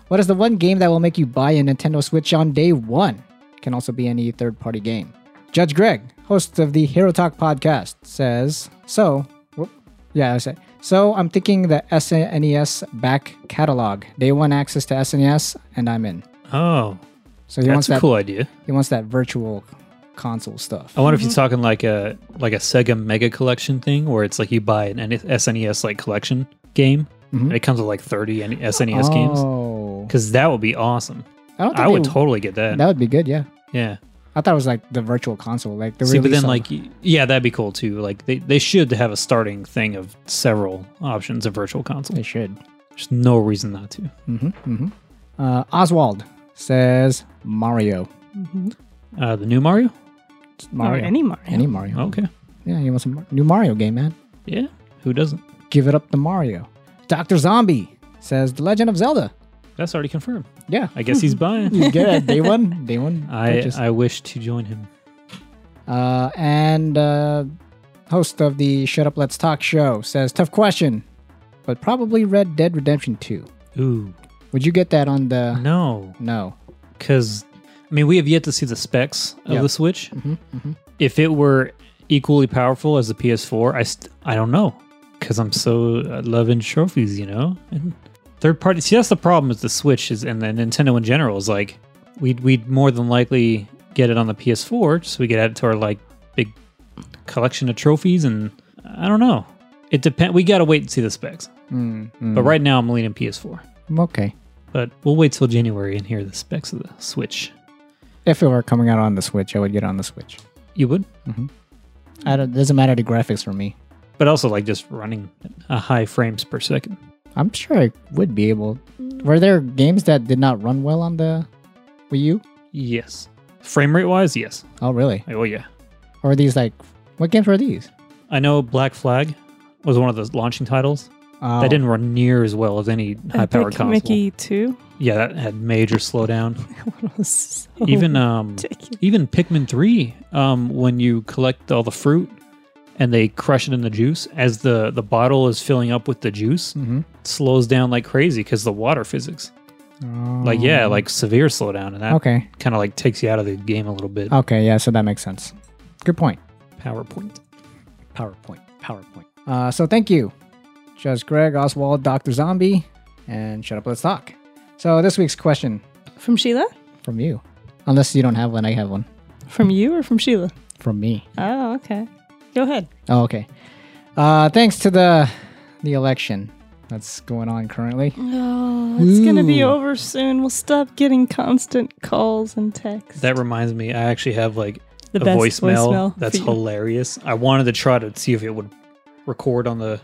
Speaker 1: What is the one game that will make you buy a Nintendo Switch on day one? Can also be any third party game. Judge Greg, host of the Hero Talk podcast, says, So, whoop, yeah, I say, so I'm thinking the SNES back catalog, day one access to SNES, and I'm in.
Speaker 3: Oh,
Speaker 1: So he wants
Speaker 3: that's a
Speaker 1: that.
Speaker 3: cool Oh, idea.
Speaker 1: He wants that virtual console stuff.
Speaker 3: I wonder if he's talking like a like a Sega Mega Collection thing, where it's like you buy an N- SNES like collection game, and it comes with like thirty N- SNES games.
Speaker 1: Mm-hmm. Oh.
Speaker 3: Because that would be awesome.
Speaker 1: I don't think
Speaker 3: I would
Speaker 1: they-
Speaker 3: totally get that.
Speaker 1: That would be good, yeah.
Speaker 3: yeah.
Speaker 1: I thought it was like the virtual console, like the
Speaker 3: See, but
Speaker 1: release
Speaker 3: then
Speaker 1: of-
Speaker 3: like y- yeah, that'd be cool too. Like they, they should have a starting thing of several options of virtual console.
Speaker 1: They should.
Speaker 3: There's no reason not to.
Speaker 1: Mm-hmm. Mm-hmm. Uh, Oswald says Mario.
Speaker 3: Uh, the new Mario.
Speaker 1: It's
Speaker 2: Or
Speaker 1: Mario.
Speaker 2: Oh, any Mario.
Speaker 1: Any Mario.
Speaker 3: Okay.
Speaker 1: Yeah, you want some Mar- new Mario game, man?
Speaker 3: Yeah. Who doesn't?
Speaker 1: Give it up to Mario. Doctor Zombie says The Legend of Zelda.
Speaker 3: That's already confirmed.
Speaker 2: (laughs)
Speaker 1: Yeah,
Speaker 3: I guess
Speaker 1: (laughs)
Speaker 3: he's buying.
Speaker 1: you get it. Day one. Day one.
Speaker 3: (laughs) I
Speaker 1: purchase.
Speaker 3: I wish to join him.
Speaker 1: uh, and uh, host of the Shut Up Let's Talk show says tough question, but probably Red Dead Redemption Two.
Speaker 3: Ooh.
Speaker 1: Would you get that on the?
Speaker 3: No.
Speaker 1: No.
Speaker 3: because I mean we have yet to see the specs of
Speaker 1: Yeah.
Speaker 3: the Switch. If it were equally powerful as the PS4, I st- I don't know because I'm so uh, loving trophies, you know. And third party, see that's the problem is the Switch is and the Nintendo in general is like we'd we'd more than likely get it on the PS4 so we could add it to our like big collection of trophies and I don't know. It depend. We gotta wait and see the specs. But right now I'm leaning PS4.
Speaker 1: I'm okay.
Speaker 3: But we'll wait till January and hear the specs of the Switch.
Speaker 1: If it were coming out on the Switch, I would get it on the Switch.
Speaker 3: You would?
Speaker 1: I don't, doesn't matter the graphics for me.
Speaker 3: but also like just running a high frames per second.
Speaker 1: I'm sure I would be able. Were there games that did not run well on the Wii U?
Speaker 3: Yes. Frame rate wise, yes.
Speaker 1: Oh, really?
Speaker 3: Oh yeah.
Speaker 1: Or were these like what games were these?
Speaker 3: I know Black Flag was one of those launching titles
Speaker 1: Oh,
Speaker 3: that didn't run near as well as any high
Speaker 2: Epic
Speaker 3: powered console.
Speaker 2: Uh, Mickey (laughs) 2.
Speaker 3: Yeah, that had major slowdown.
Speaker 2: It was so
Speaker 3: even um,
Speaker 2: ridiculous.
Speaker 3: even Pikmin three, um, when you collect all the fruit and they crush it in the juice, as the the bottle is filling up with the juice, slows down like crazy because the water physics. Like yeah, like severe slowdown, and that
Speaker 1: Oh. Okay.
Speaker 3: kind of like takes you out of the game a little bit.
Speaker 1: Okay. Yeah. So that makes sense. Good point.
Speaker 3: PowerPoint.
Speaker 1: PowerPoint. PowerPoint. Uh, so thank you, Judge Greg, Oswald, Doctor Zombie, and Shut Up Let's Talk. So this week's question
Speaker 2: From Sheila?
Speaker 1: from you, unless you don't have one, I have one
Speaker 2: From you or from Sheila?
Speaker 1: from me.
Speaker 2: Oh, okay. Go ahead.
Speaker 1: Oh, okay. Uh, thanks to the the election that's going on currently.
Speaker 2: Oh, it's going to be
Speaker 1: Ooh.
Speaker 2: over soon. We'll stop getting constant calls and texts.
Speaker 3: That reminds me, I actually have like
Speaker 2: The
Speaker 3: a
Speaker 2: best
Speaker 3: voicemail,
Speaker 2: voicemail
Speaker 3: that's
Speaker 2: for you.
Speaker 3: hilarious. I wanted to try to see if it would record on the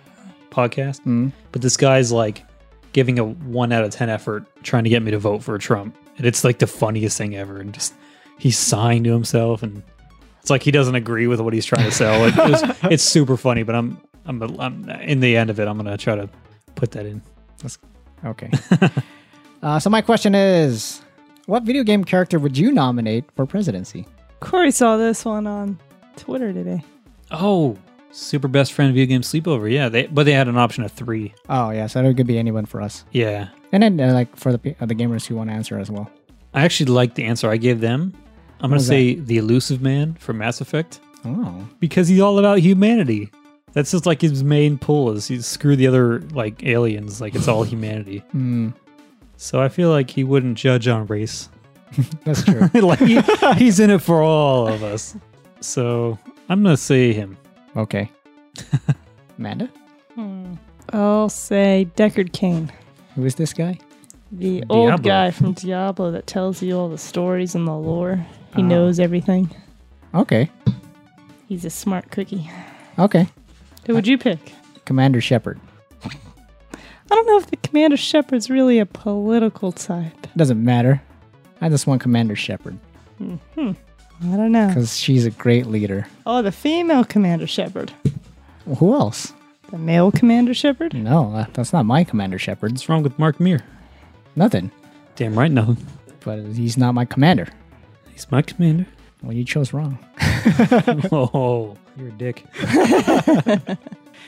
Speaker 3: podcast,
Speaker 1: Hmm.
Speaker 3: but this guy's like giving a one out of ten effort trying to get me to vote for Trump, and it's like the funniest thing ever. And just he's sighing to himself, and it's like he doesn't agree with what he's trying to sell. It, (laughs) it was- it's super funny, but I'm, I'm I'm in the end of it, I'm gonna try to put that in.
Speaker 1: Okay. (laughs) uh, so my question is, what video game character would you nominate for presidency?
Speaker 2: Corey saw this one on Twitter today.
Speaker 3: Oh, super best friend video game sleepover. Yeah, they but they had an option of three.
Speaker 1: Oh yeah, so it could be anyone for us,
Speaker 3: Yeah.
Speaker 1: and then uh, like for the pe- uh, the gamers who want to answer as well.
Speaker 3: I actually like the answer I gave them. I'm going to
Speaker 1: was
Speaker 3: say the elusive man from Mass Effect
Speaker 1: Oh,
Speaker 3: because he's all about humanity. That's just like his main pull is he screw the other like aliens like it's all humanity.
Speaker 1: Hmm,
Speaker 3: So I feel like he wouldn't judge on race. (laughs)
Speaker 1: that's true. (laughs)
Speaker 3: like he, he's in it for all of us. So I'm going to say him.
Speaker 1: okay. Amanda,
Speaker 2: Hmm. I'll say Deckard Kane,
Speaker 1: who is this guy?
Speaker 2: the old
Speaker 3: Diablo.
Speaker 2: guy from Diablo that tells you all the stories and the lore.
Speaker 3: Oh.
Speaker 2: He knows everything.
Speaker 1: Oh, Okay.
Speaker 2: He's a smart cookie.
Speaker 1: Okay.
Speaker 2: Who would you pick?
Speaker 1: Commander Shepard.
Speaker 2: I don't know if the Commander Shepard's really a political type.
Speaker 1: Doesn't matter. I just want Commander Shepard
Speaker 2: I don't know.
Speaker 1: because she's a great leader.
Speaker 2: Oh, the female Commander Shepard.
Speaker 1: Who else?
Speaker 2: The male Commander Shepard?
Speaker 1: No, uh, that's not my Commander Shepard.
Speaker 3: What's wrong with Mark Mir?
Speaker 1: Nothing.
Speaker 3: Damn right, nothing.
Speaker 1: But he's not my commander.
Speaker 3: He's my commander. (laughs)
Speaker 1: Well, you chose wrong.
Speaker 3: oh, you're a dick.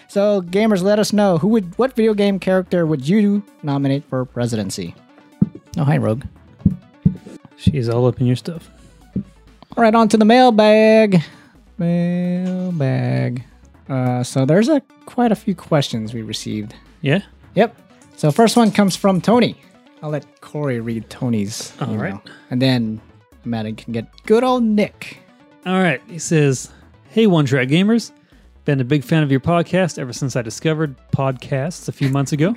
Speaker 1: So, gamers, let us know who would what video game character would you nominate for presidency? Oh, hi, Rogue.
Speaker 3: She's all up in your stuff.
Speaker 1: All right, on to the mailbag. Mailbag. Uh, so there's a quite a few questions we received.
Speaker 3: Yeah.
Speaker 1: Yep. So first one comes from Tony. I'll let Corey read Tony's.
Speaker 3: All
Speaker 1: email.
Speaker 3: right.
Speaker 1: And then Madden can get good old Nick.
Speaker 3: All right. He says, Hey, One Track Gamers. Been a big fan of your podcast ever since I discovered podcasts a few months ago.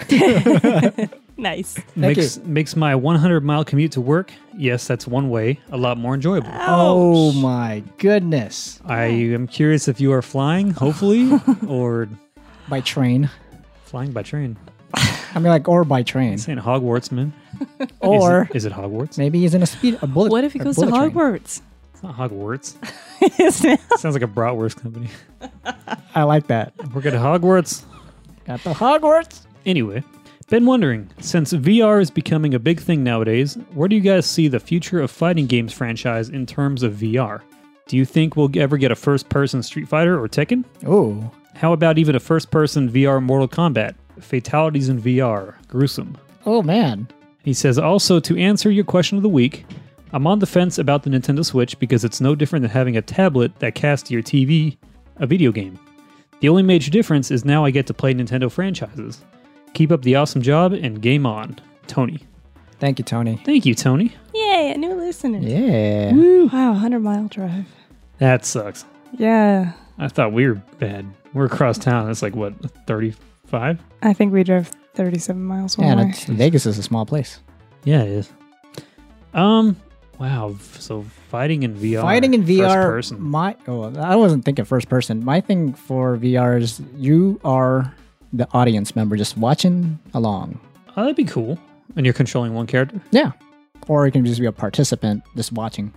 Speaker 2: Nice.
Speaker 1: Thank
Speaker 3: makes makes my 100 mile commute to work. Yes, that's one way. A lot more enjoyable.
Speaker 1: Oh my goodness.
Speaker 3: I am curious if you are flying, hopefully, or
Speaker 1: By train.
Speaker 3: flying by train.
Speaker 1: I mean, like, or by train.
Speaker 3: Saying Hogwarts, man.
Speaker 1: Or
Speaker 3: is it, is it Hogwarts?
Speaker 1: maybe he's in a speed, a bullet.
Speaker 2: Oh, What if he
Speaker 1: a
Speaker 2: goes to
Speaker 1: bullet train.
Speaker 2: Hogwarts? (laughs)
Speaker 3: It's not Hogwarts.
Speaker 2: Yes, now.
Speaker 3: Sounds like a bratwurst company. (laughs)
Speaker 1: I like that.
Speaker 3: We're good at Hogwarts.
Speaker 1: Got the Hogwarts.
Speaker 3: Anyway, been wondering since VR is becoming a big thing nowadays, where do you guys see the future of fighting games franchise in terms of VR? Do you think we'll ever get a first person Street Fighter or Tekken?
Speaker 1: Oh,
Speaker 3: How about even a first person VR Mortal Kombat? Fatalities in VR. Gruesome.
Speaker 1: oh man.
Speaker 3: He says also to answer your question of the week, I'm on the fence about the Nintendo Switch because it's no different than having a tablet that casts to your TV a video game. The only major difference is now I get to play Nintendo franchises. Keep up the awesome job and game on. Tony.
Speaker 1: Thank you, Tony.
Speaker 3: Thank you, Tony.
Speaker 2: Yay, a new listener.
Speaker 1: Yeah.
Speaker 2: Wow, 100 mile drive.
Speaker 3: That sucks.
Speaker 2: Yeah.
Speaker 3: I thought we were bad. We're across town. It's like, what, 35?
Speaker 2: I think we drove 37 miles one
Speaker 1: Yeah,
Speaker 2: way.
Speaker 1: and it's, Vegas is a small place.
Speaker 3: Yeah, it is. Um, wow. f- So fighting in VR.
Speaker 1: Fighting in
Speaker 3: first
Speaker 1: VR.
Speaker 3: person.
Speaker 1: My oh, I wasn't thinking first person. My thing for VR is you are the audience member, just watching along.
Speaker 3: Oh, that'd be cool. And you're controlling one character?
Speaker 1: Yeah. Or you can just be a participant, just watching.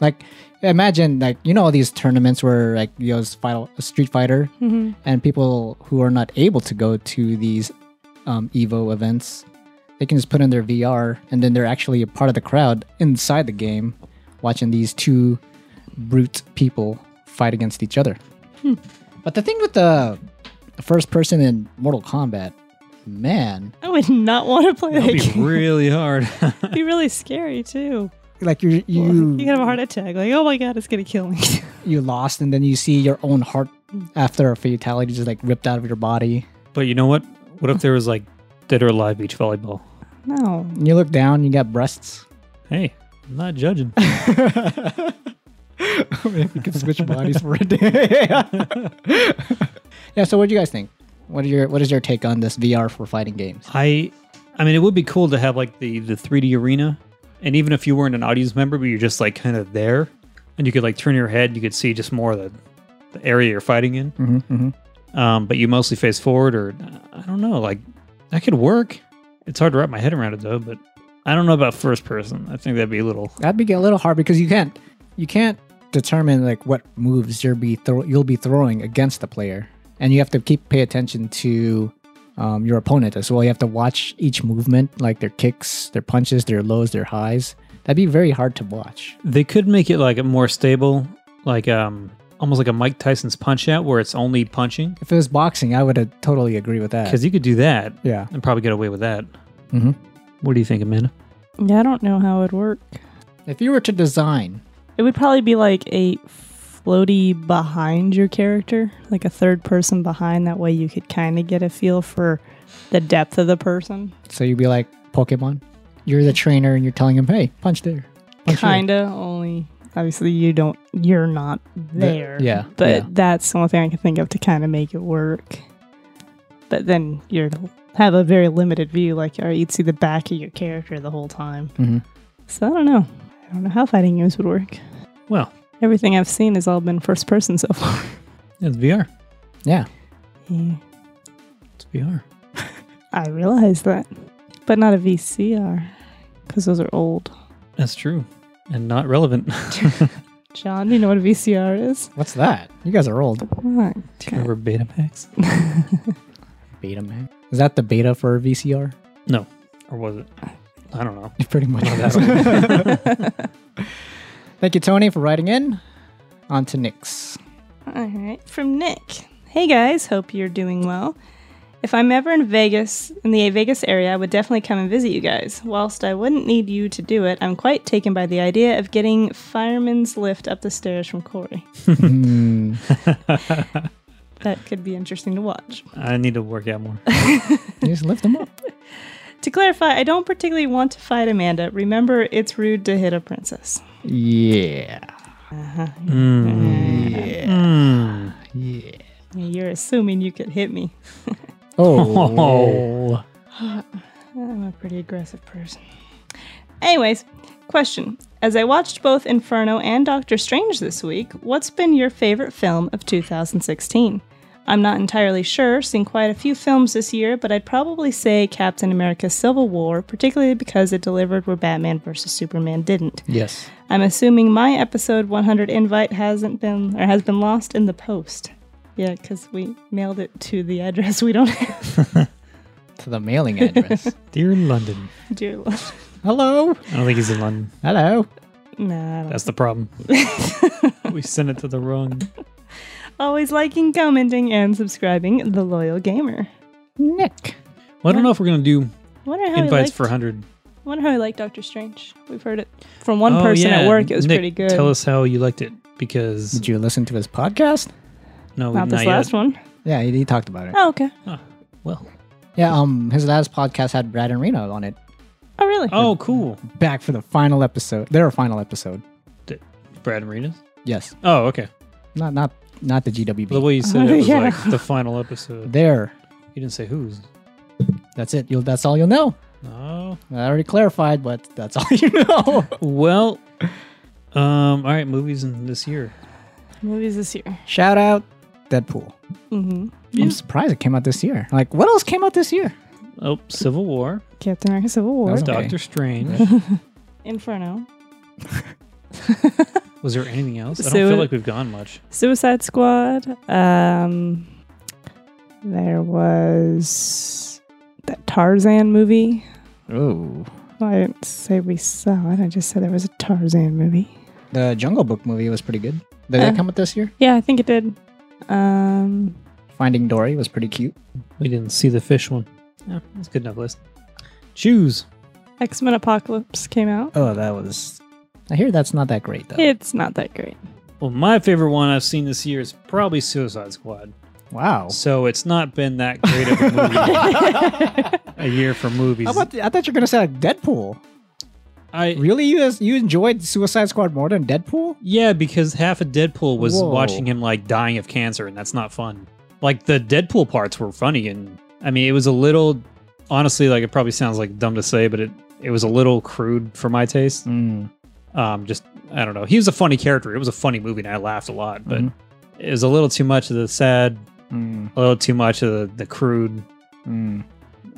Speaker 1: Like, imagine like you know all these tournaments where like you know, final uh, Street Fighter, and people who are not able to go to these um, Evo events, they can just put in their VR, and then they're actually a part of the crowd inside the game, watching these two brute people fight against each other. But the thing with the first person in Mortal Kombat, man,
Speaker 2: I would not want to play that (laughs)
Speaker 3: That'd be
Speaker 2: game.
Speaker 3: really hard. (laughs)
Speaker 2: It'd be really scary, too.
Speaker 1: like you you
Speaker 2: You could have a heart attack. Like, oh my God, it's going to kill me. (laughs)
Speaker 1: you lost and then you see your own heart after a fatality just like ripped out of your body
Speaker 3: but you know what? What if there was like dead or alive beach volleyball?
Speaker 2: no.
Speaker 1: and you look down you got (laughs) breasts
Speaker 3: Hey, I'm not judging.
Speaker 1: you can switch bodies for a day (laughs) yeah so what do you guys think what are your what is your take on this vr for fighting games
Speaker 3: I, I mean, it would be cool to have like the the 3D arena, and even if you weren't an audience member, but you're just like kind of there, and you could like turn your head, you could see just more of the, the area you're fighting in.
Speaker 1: Mm-hmm,
Speaker 3: Um, but you mostly face forward, or I don't know, like that could work. It's hard to wrap my head around it though, but I don't know about first person. I think that'd be a little
Speaker 1: that'd be a little hard because you can't you can't determine like what moves you'll be throw you'll be throwing against the player and you have to keep pay attention to um, your opponent as well you have to watch each movement like their kicks their punches their lows their highs that'd be very hard to watch
Speaker 3: They could make it like a more stable, like um almost like a Mike Tyson's punch out where it's only punching.
Speaker 1: if it was boxing i would have totally agree with that
Speaker 3: Because you could do that
Speaker 1: yeah
Speaker 3: and probably get away with that.
Speaker 1: Mhm.
Speaker 3: What do you think, Amanda?
Speaker 2: Yeah, I don't know how it would work.
Speaker 1: if you were to design
Speaker 2: It would probably be like a floaty behind your character, like a third person behind. That way you could kind of get a feel for the depth of the person.
Speaker 1: so you'd be like pokemon you're the trainer and you're telling him hey punch there punch here."
Speaker 2: Kinda, only obviously you don't, you're not there.
Speaker 1: yeah
Speaker 2: But
Speaker 1: yeah.
Speaker 2: that's the only thing I can think of to kind of make it work. But then you are have a very limited view, like or you'd see the back of your character the whole time.
Speaker 1: Mhm.
Speaker 2: So I don't know. I don't know how fighting games would work.
Speaker 3: Well,
Speaker 2: Everything I've seen has all been first person so far. (laughs)
Speaker 3: it's VR.
Speaker 1: yeah
Speaker 2: Yeah.
Speaker 3: It's VR.
Speaker 2: I realize that, but not a VCR because those are old.
Speaker 3: That's true. And not (laughs) relevant.
Speaker 2: John, do you know what a VCR is? (laughs)
Speaker 1: what's that you guys are old
Speaker 2: What?
Speaker 3: Remember Betamax?
Speaker 4: Betamax.
Speaker 1: Is that the beta for VCR?
Speaker 3: No, or was it? I don't know.
Speaker 1: (laughs) Pretty much.
Speaker 3: Not that old.
Speaker 1: (laughs) Thank you, Tony, for writing in. On to Nick's.
Speaker 2: All right, from Nick. Hey guys, hope you're doing well. If I'm ever in Vegas, in the Vegas area, I would definitely come and visit you guys. Whilst I wouldn't need you to do it, I'm quite taken by the idea of getting fireman's lift up the stairs from Corey.
Speaker 1: Hmm.
Speaker 2: That could be interesting to watch.
Speaker 3: I need to work (laughs) out more.
Speaker 1: You just lift them up.
Speaker 2: To clarify, I don't particularly want to fight Amanda. Remember, it's rude to hit a princess.
Speaker 1: Yeah.
Speaker 3: Mm.
Speaker 1: Yeah.
Speaker 2: You're assuming you could hit me.
Speaker 1: (laughs) Oh.
Speaker 3: Oh,
Speaker 2: I'm a pretty aggressive person. Anyways, question. As I watched both Inferno and Doctor Strange this week, what's been your favorite film of 2016? I'm not entirely sure, seen quite a few films this year, but I'd probably say Captain America Civil War, particularly because it delivered where Batman vs. Superman didn't.
Speaker 1: Yes.
Speaker 2: I'm assuming my episode 100 invite hasn't been or has been lost in the post. Yeah, because we mailed it to the address we don't (laughs) have.
Speaker 1: To the mailing address.
Speaker 3: dear London.
Speaker 2: Dear Lord.
Speaker 1: (laughs) Hello.
Speaker 3: I don't think he's in London.
Speaker 1: Hello.
Speaker 2: Nah, I don't
Speaker 3: That's the problem. (laughs) we sent it to the wrong.
Speaker 2: Always liking, commenting, and subscribing, The Loyal Gamer.
Speaker 1: Nick.
Speaker 3: Well, I don't know if we're gonna do
Speaker 2: Wonder how he
Speaker 3: invites
Speaker 2: liked,
Speaker 3: for 100.
Speaker 2: Wonder how he liked Doctor Strange. We've heard it from one
Speaker 3: Oh,
Speaker 2: person
Speaker 3: yeah.
Speaker 2: at work. It was
Speaker 3: Nick,
Speaker 2: pretty good.
Speaker 3: Tell us how you liked it because
Speaker 1: Did you listen to his podcast?
Speaker 3: no,
Speaker 2: Not this last one.
Speaker 1: Yeah, he, he talked about it.
Speaker 2: Oh, okay.
Speaker 3: Well,
Speaker 1: Yeah, um, his last podcast had Brad and Reno on it.
Speaker 2: Oh, really?
Speaker 3: oh, cool.
Speaker 1: Back for the final episode. Their final episode.
Speaker 3: Brad Marinas.
Speaker 1: Yes.
Speaker 3: Oh, okay.
Speaker 1: Not not not the
Speaker 3: The
Speaker 1: GWB.
Speaker 3: way you said it was
Speaker 2: Yeah.
Speaker 3: like the final episode.
Speaker 1: There.
Speaker 3: You didn't say whose. Oh.
Speaker 1: That's it. You'll that's all you'll know.
Speaker 3: No.
Speaker 1: I already clarified, but that's (laughs) all you know.
Speaker 3: Well, um, all right, movies in this year.
Speaker 2: Movies this year.
Speaker 1: Shout out Deadpool.
Speaker 2: Mm-hmm.
Speaker 1: I'm surprised it came out this year. Like, what else came out this year?
Speaker 3: Oh, Civil War,
Speaker 2: Captain America Civil War.
Speaker 1: That was- Okay.
Speaker 3: Doctor Strange.
Speaker 2: Inferno.
Speaker 3: Was there anything else? I don't
Speaker 2: So-
Speaker 3: feel like we've gone much.
Speaker 2: Suicide Squad. Um, there was that Tarzan movie.
Speaker 1: Oh,
Speaker 2: Well, I didn't say we saw it. I just said there was a Tarzan movie.
Speaker 1: the Jungle Book movie was pretty good. Did that
Speaker 2: Uh.
Speaker 1: come out this year?
Speaker 2: Yeah, I think it did. Um,
Speaker 1: Finding Dory was pretty cute.
Speaker 3: We didn't see the fish one. No, that's a good enough list. Choose.
Speaker 2: X Men Apocalypse came out.
Speaker 1: Oh, that was. I hear that's not that great though.
Speaker 2: It's not that great.
Speaker 3: Well, my favorite one I've seen this year is probably Suicide Squad.
Speaker 1: Wow.
Speaker 3: So it's not been that great of a movie a year for movies.
Speaker 1: How about the- I thought you were gonna say like Deadpool.
Speaker 3: I
Speaker 1: Really, you you enjoyed Suicide Squad more than Deadpool?
Speaker 3: yeah, because half of Deadpool was
Speaker 1: Whoa.
Speaker 3: watching him like dying of cancer, and that's not fun. Like the Deadpool parts were funny, and I mean it was a little honestly like it probably sounds like dumb to say, but it it was a little crude for my taste.
Speaker 1: Mm.
Speaker 3: um just i don't know he was a funny character it was a funny movie and i laughed a lot but
Speaker 1: Mhm.
Speaker 3: it was a little too much of the sad
Speaker 1: Mm.
Speaker 3: a little too much of the, the crude
Speaker 1: Mm.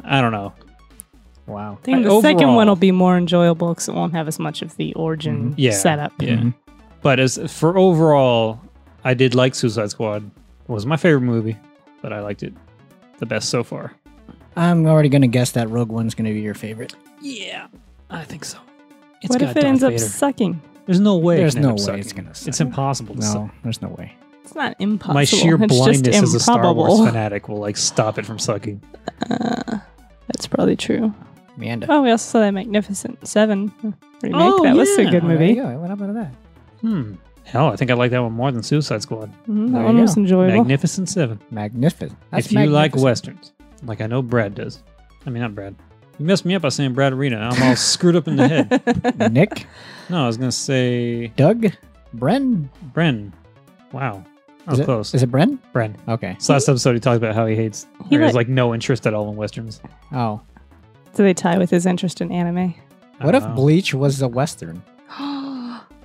Speaker 3: i don't know
Speaker 1: Wow.
Speaker 2: I think
Speaker 3: Uh,
Speaker 2: the second
Speaker 3: overall-
Speaker 2: one will be more enjoyable because it won't have as much of the origin
Speaker 1: Mhm.
Speaker 3: Yeah.
Speaker 2: setup.
Speaker 3: Yeah.
Speaker 1: Mhm.
Speaker 3: but as for overall i did like suicide squad it was my favorite movie but i liked it the best so far
Speaker 1: I'm already gonna guess that Rogue One's gonna be your favorite.
Speaker 3: yeah i think so It's
Speaker 2: What if
Speaker 3: got
Speaker 2: it
Speaker 3: Darth
Speaker 2: ends up
Speaker 3: Vader.
Speaker 2: sucking?
Speaker 3: there's no way it
Speaker 1: There's
Speaker 3: can
Speaker 1: no
Speaker 3: end up
Speaker 1: way it's
Speaker 3: sucking.
Speaker 1: gonna
Speaker 3: it's
Speaker 1: suck.
Speaker 3: impossible to suck
Speaker 1: No, there's no way.
Speaker 2: It's not impossible.
Speaker 3: my sheer
Speaker 2: it's
Speaker 3: blindness
Speaker 2: just
Speaker 3: as a star wars
Speaker 2: improbable. (laughs)
Speaker 3: fanatic will like stop it from sucking
Speaker 2: That's probably true.
Speaker 1: Amanda.
Speaker 2: Oh, we also saw that Magnificent Seven remake.
Speaker 3: Oh,
Speaker 2: that was a
Speaker 3: yeah.
Speaker 2: good
Speaker 1: Oh, there you
Speaker 2: movie.
Speaker 1: go. What happened to that?
Speaker 3: hmm hell i think i like that one more than suicide squad
Speaker 1: There
Speaker 2: Mhm, that
Speaker 1: you
Speaker 2: one was
Speaker 1: go.
Speaker 2: enjoyable.
Speaker 3: Magnificent Seven.
Speaker 1: Magnificent. That's
Speaker 3: if you like
Speaker 1: magnificent.
Speaker 3: westerns, like I know Brad does. I mean, not Brad. You messed me up by saying Brad Arena. I'm all screwed up in the
Speaker 1: (laughs)
Speaker 3: head.
Speaker 1: Nick,
Speaker 3: No, I was gonna say
Speaker 1: Doug, Bren.
Speaker 3: Bren. Wow, that
Speaker 1: Is
Speaker 3: was
Speaker 1: it,
Speaker 3: close.
Speaker 1: Is it Bren?
Speaker 3: Bren.
Speaker 1: Okay.
Speaker 3: So last episode, he talked about how he hates.
Speaker 2: He
Speaker 3: He has
Speaker 2: li-
Speaker 3: like no interest at all in westerns.
Speaker 1: Oh.
Speaker 2: Do they tie with his interest in
Speaker 3: (gasps)
Speaker 2: anime?
Speaker 3: I
Speaker 1: What
Speaker 3: don't
Speaker 1: if
Speaker 3: know.
Speaker 1: Bleach was a Western?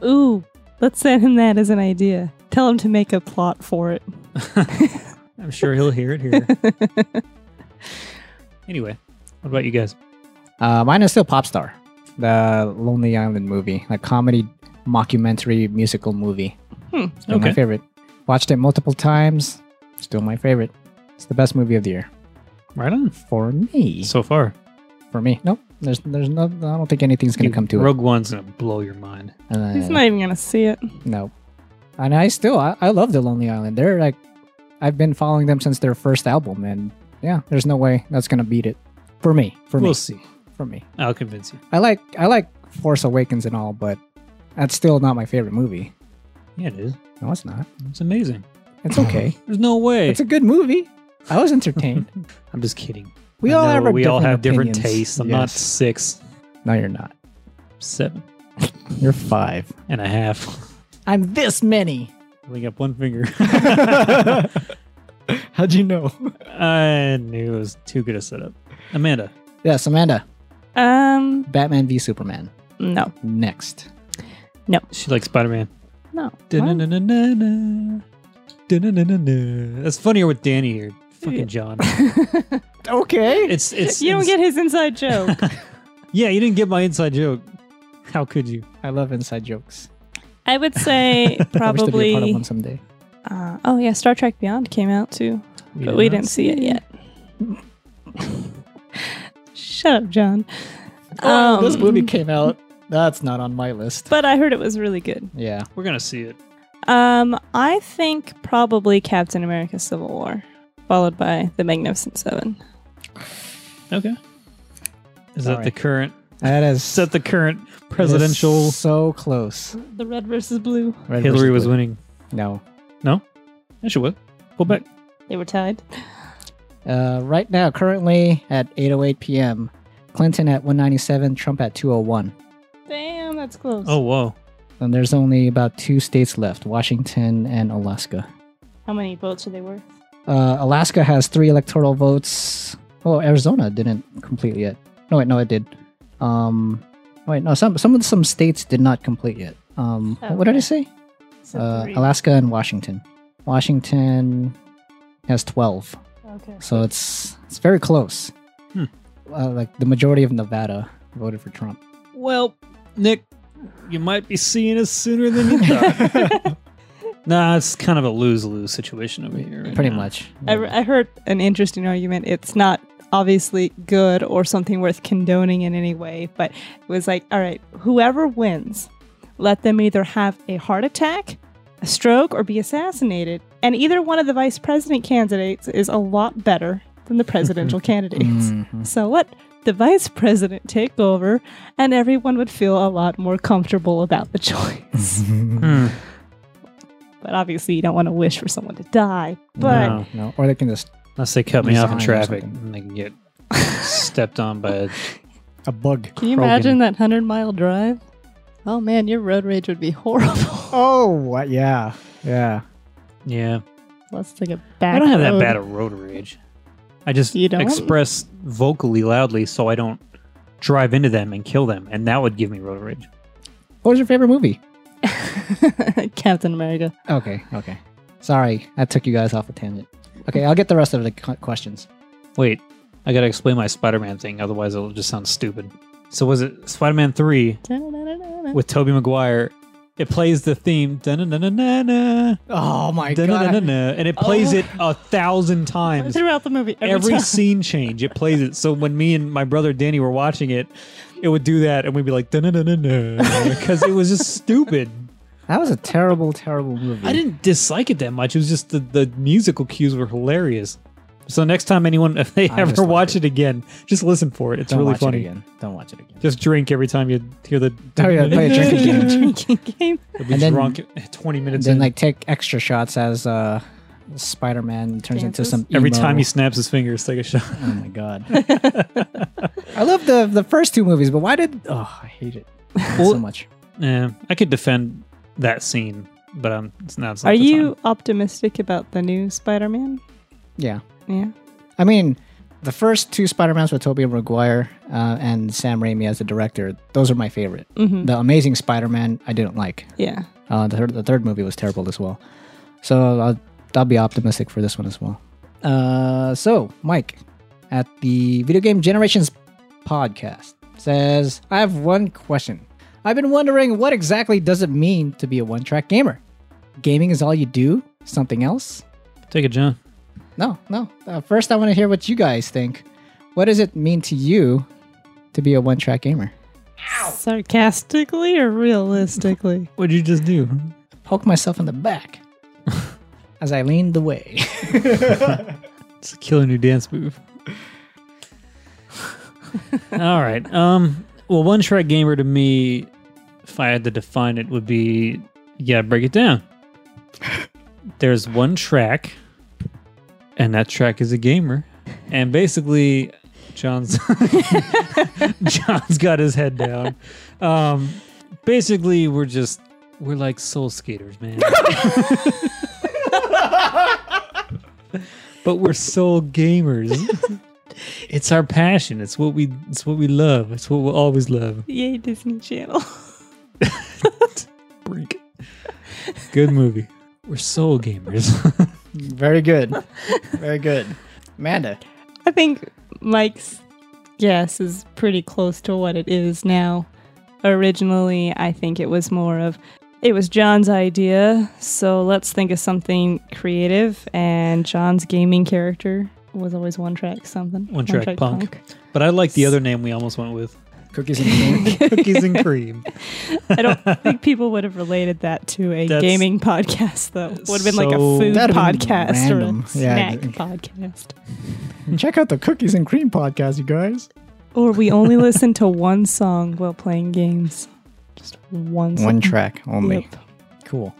Speaker 2: Ooh, let's send him that as an idea. Tell him to make a plot for it.
Speaker 3: I'm sure he'll hear it here. (laughs) anyway, what about you guys?
Speaker 1: Uh, mine is still Popstar, the Lonely Island movie, a comedy mockumentary musical movie.
Speaker 2: Hmm,
Speaker 1: Still my
Speaker 3: okay.
Speaker 1: favorite. Watched it multiple times. Still my favorite. It's the best movie of the year.
Speaker 3: Right on.
Speaker 1: for me.
Speaker 3: So far,
Speaker 1: for me, nope. There's there's no. I don't think anything's gonna
Speaker 3: Dude,
Speaker 1: come to
Speaker 3: Rogue One's gonna blow your mind.
Speaker 1: it. Uh,
Speaker 2: He's not even gonna see it.
Speaker 1: No. And I still I, I love the Lonely Island. They're like I've been following them since their first album and yeah, there's no way that's gonna beat it. For me. For
Speaker 3: we'll
Speaker 1: me.
Speaker 3: see.
Speaker 1: For me.
Speaker 3: I'll convince you.
Speaker 1: I like I like Force Awakens and all, but that's still not my favorite movie.
Speaker 3: Yeah, it is.
Speaker 1: No, it's not.
Speaker 3: It's amazing.
Speaker 1: It's
Speaker 3: (laughs)
Speaker 1: okay.
Speaker 3: There's no way.
Speaker 1: it's a good movie. I was
Speaker 3: (laughs)
Speaker 1: entertained.
Speaker 3: I'm just kidding.
Speaker 1: We
Speaker 3: I
Speaker 1: all
Speaker 3: know
Speaker 1: have our
Speaker 3: we all
Speaker 1: different
Speaker 3: have different
Speaker 1: opinions.
Speaker 3: tastes. I'm not
Speaker 1: Yes.
Speaker 3: six,
Speaker 1: No, you're not.
Speaker 3: seven
Speaker 1: You're five.
Speaker 3: and a half. (laughs)
Speaker 1: I'm this many.
Speaker 3: I think up one finger. (laughs)
Speaker 1: How'd you (laughs) know?
Speaker 3: I knew it was too good a setup. Amanda,
Speaker 1: Yes, Amanda.
Speaker 2: Um,
Speaker 1: Batman v Superman.
Speaker 2: no,
Speaker 1: Next.
Speaker 3: she likes Spider Man.
Speaker 2: no. What?
Speaker 3: Da-na-na-na-na-na. Da-na-na-na-na. That's funnier with Danny here.
Speaker 2: Yeah.
Speaker 1: (laughs)
Speaker 3: Fucking John.
Speaker 1: Okay.
Speaker 3: It's it's
Speaker 2: You don't
Speaker 3: it's-
Speaker 2: get his inside
Speaker 1: (laughs)
Speaker 2: joke.
Speaker 3: Yeah, you didn't get my inside joke. How could you?
Speaker 1: I love inside jokes.
Speaker 2: I
Speaker 1: (laughs)
Speaker 2: would
Speaker 1: I
Speaker 2: say
Speaker 1: wish to be a part of
Speaker 2: probably.
Speaker 1: one someday.
Speaker 2: Uh, oh yeah, Star Trek Beyond came out too, but we didn't see it
Speaker 1: (laughs)
Speaker 2: yet. Shut up, John.
Speaker 1: Oh, this
Speaker 2: Um,
Speaker 1: movie came out. That's not on my list.
Speaker 2: But I heard it was really good.
Speaker 1: Yeah.
Speaker 3: We're gonna see it.
Speaker 2: Um, I think probably Captain America: Civil War, followed by The Magnificent Seven.
Speaker 3: Okay. Is
Speaker 1: All
Speaker 3: that the
Speaker 1: right.
Speaker 3: current?
Speaker 1: That is
Speaker 3: Is that the current presidential?
Speaker 1: So close.
Speaker 2: The red versus blue.
Speaker 1: Red
Speaker 3: Hillary
Speaker 1: versus
Speaker 3: was
Speaker 1: blue.
Speaker 3: winning.
Speaker 1: No.
Speaker 3: Yeah, she was. Pull back.
Speaker 2: They were tied.
Speaker 1: Uh, right now, currently at 8:08 p.m., Clinton at 197, Trump at 201.
Speaker 2: Damn, that's close.
Speaker 3: Oh whoa.
Speaker 1: And there's only about two states left: Washington and Alaska.
Speaker 2: How many votes are they worth?
Speaker 1: Uh, Alaska has three electoral votes. Oh, Arizona didn't complete yet. No, wait, no, it did. Um, wait, no, some some of some states did not complete yet. Um, what did I
Speaker 2: Okay.
Speaker 1: say?
Speaker 2: So
Speaker 1: Uh,
Speaker 2: three.
Speaker 1: Alaska and Washington. Washington has twelve,
Speaker 2: Okay.
Speaker 1: so it's it's very close.
Speaker 3: Hmm.
Speaker 1: Uh, like the majority of Nevada voted for Trump.
Speaker 3: Well, Nick, you might be seeing us sooner than you thought.
Speaker 2: (laughs)
Speaker 3: (laughs) nah, it's kind of a lose lose situation over here. right
Speaker 1: Pretty
Speaker 3: now.
Speaker 1: much.
Speaker 2: I, re- I heard an interesting argument. It's not obviously good or something worth condoning in any way, but it was like, all right, whoever wins, let them either have a heart attack, a stroke, or be assassinated. And either one of the vice president candidates is a lot better than the presidential candidates.
Speaker 1: Mhm.
Speaker 2: So let the vice president take over, and everyone would feel a lot more comfortable about the (laughs)
Speaker 1: Mm-hmm.
Speaker 2: choice.
Speaker 3: Hmm.
Speaker 2: but obviously, you don't want to wish for someone to die. But
Speaker 3: No.
Speaker 1: No, or they can just
Speaker 3: Unless they cut me off in
Speaker 1: Resign or
Speaker 3: traffic
Speaker 1: something.
Speaker 3: and they can get stepped on by (laughs) a
Speaker 1: a bug.
Speaker 2: Can you
Speaker 3: Krogan.
Speaker 2: imagine that 100 mile drive? Oh man, your road rage would be (laughs) horrible.
Speaker 1: Oh, what? Yeah, yeah.
Speaker 3: Yeah.
Speaker 2: Let's take a back.
Speaker 3: I don't have that
Speaker 2: road.
Speaker 3: bad of road rage. I just
Speaker 2: You don't?
Speaker 3: express vocally loudly so I don't drive into them and kill them, and that would give me road rage.
Speaker 1: What was your favorite movie?
Speaker 2: (laughs) Captain America.
Speaker 1: Okay, okay. Sorry, I took you guys off a tangent. Okay, I'll get the rest of the cu- questions.
Speaker 3: Wait, I gotta explain my Spider-Man thing, otherwise it'll just sound stupid. So was it Spider-Man Three
Speaker 2: With
Speaker 3: with Tobey Maguire? It plays the theme, da-na-na-na-na-na,
Speaker 1: Oh my
Speaker 3: da-na-na-na-na, and it plays it a thousand times.
Speaker 2: Throughout the movie, Oh. (laughs) every,
Speaker 3: every
Speaker 2: time.
Speaker 3: scene change it plays it so when me and my brother danny were watching it it would do that and we'd be like no no no no no because it was just stupid
Speaker 1: That was a terrible, terrible movie.
Speaker 3: i didn't dislike it that much it was just the, the musical cues were hilarious so next time anyone (laughs) if they
Speaker 1: I
Speaker 3: ever
Speaker 1: dislike
Speaker 3: watch
Speaker 1: it.
Speaker 3: it. again just listen for it it's
Speaker 1: Don't
Speaker 3: really
Speaker 1: watch
Speaker 3: funny
Speaker 1: it again. Don't watch it again.
Speaker 3: just drink every time you hear the
Speaker 1: Oh, yeah, play a drinking
Speaker 2: (laughs)
Speaker 1: game.
Speaker 2: drinking game.
Speaker 3: (laughs) You'll be
Speaker 1: And then-
Speaker 3: drunk at 20 minutes
Speaker 1: then
Speaker 3: in.
Speaker 1: like take extra shots as uh, Spider-Man turns into
Speaker 2: Dances?
Speaker 1: some.
Speaker 3: every
Speaker 1: emo-
Speaker 3: time he snaps his fingers take a shot (laughs)
Speaker 1: Oh my god. I love the the first two movies, but why did? Oh, I hate it
Speaker 3: Well,
Speaker 1: so much.
Speaker 3: yeah i could defend that scene but i'm it's not it's not
Speaker 2: Are
Speaker 3: the
Speaker 2: you
Speaker 3: time.
Speaker 2: optimistic about the new Spider Man?
Speaker 1: Yeah.
Speaker 2: Yeah.
Speaker 1: I mean, the first two Spider-Mans with Tobey Maguire uh, and Sam Raimi as the director, those are my favorite.
Speaker 2: hmm
Speaker 1: The Amazing Spider-Man, I didn't like.
Speaker 2: Yeah.
Speaker 1: Uh, the, third, the third movie was terrible as well. So I'll, I'll be optimistic for this one as well. Uh, so, Mike, at the Video Game Generations podcast, says, I have one question. I've been wondering what exactly does it mean to be a one-track gamer? Gaming is all you do? Something else?
Speaker 3: take it john
Speaker 1: No, no. Uh, first, I want to hear what you guys think. What does it mean to you to be a one track gamer?
Speaker 2: Sarcastically or realistically?
Speaker 3: What'd you just do?
Speaker 1: Poke myself in the back as I leaned away.
Speaker 3: It's a killer new dance move. (laughs) All right. Um. Well, one track gamer to me, if I had to define it, would be yeah. Break it (laughs) down. There's one track, and that track is a gamer, and basically, John's (laughs) John's got his head down. Um, basically, we're just we're like soul skaters, man. but we're soul (laughs) gamers. it's our passion. It's what we it's what we love. It's what we'll always love.
Speaker 2: (laughs) Yay, Disney Channel.
Speaker 3: Brink. Good movie. We're soul gamers.
Speaker 1: Very good. Very good. Amanda.
Speaker 2: I think Mike's guess is pretty close to what it is now. Originally, I think it was more of it was John's idea, so let's think of something creative. And John's gaming character was always one track something.
Speaker 3: One track punk. (laughs) but I like the other name we almost went with.
Speaker 1: Cookies and (laughs) cream.
Speaker 3: (laughs) Cookies and (laughs) cream.
Speaker 2: I
Speaker 3: (laughs)
Speaker 2: don't think people would have related that to a
Speaker 3: That's-
Speaker 2: gaming podcast, though. Would have been like a
Speaker 3: so-
Speaker 2: food
Speaker 1: That'd have been
Speaker 2: podcast or
Speaker 1: random.
Speaker 2: a
Speaker 1: Yeah, I
Speaker 2: snack
Speaker 1: think.
Speaker 2: podcast.
Speaker 1: Check out the Cookies and Cream podcast, you guys.
Speaker 2: Or we only listen to one song while playing games. Just one song.
Speaker 1: One track only.
Speaker 2: Yep.
Speaker 1: Cool.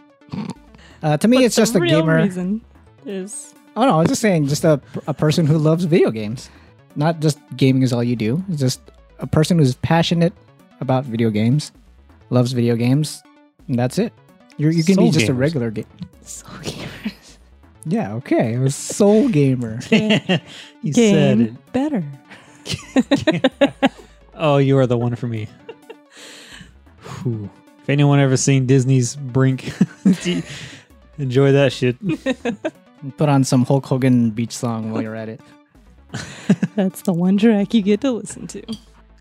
Speaker 1: Uh, to me,
Speaker 2: But
Speaker 1: it's just
Speaker 2: the
Speaker 1: a
Speaker 2: real
Speaker 1: gamer.
Speaker 2: reason is
Speaker 1: Oh no, I was just saying, just a, a person who loves video games. Not just gaming is all you do. It's just a person who's passionate about video games, loves video games, and that's it. You're, you can be
Speaker 3: Soul
Speaker 1: just a
Speaker 3: gamers.
Speaker 1: regular game.
Speaker 2: soul gamers.
Speaker 1: Yeah, okay. A soul gamer.
Speaker 3: You said it.
Speaker 2: Game better. (laughs)
Speaker 3: Oh, you are the one for me. Whew. If anyone ever seen Disney's Brink, (laughs) enjoy that shit.
Speaker 1: (laughs) Put on some Hulk Hogan beach song while you're at it.
Speaker 2: That's the one track you get to listen to.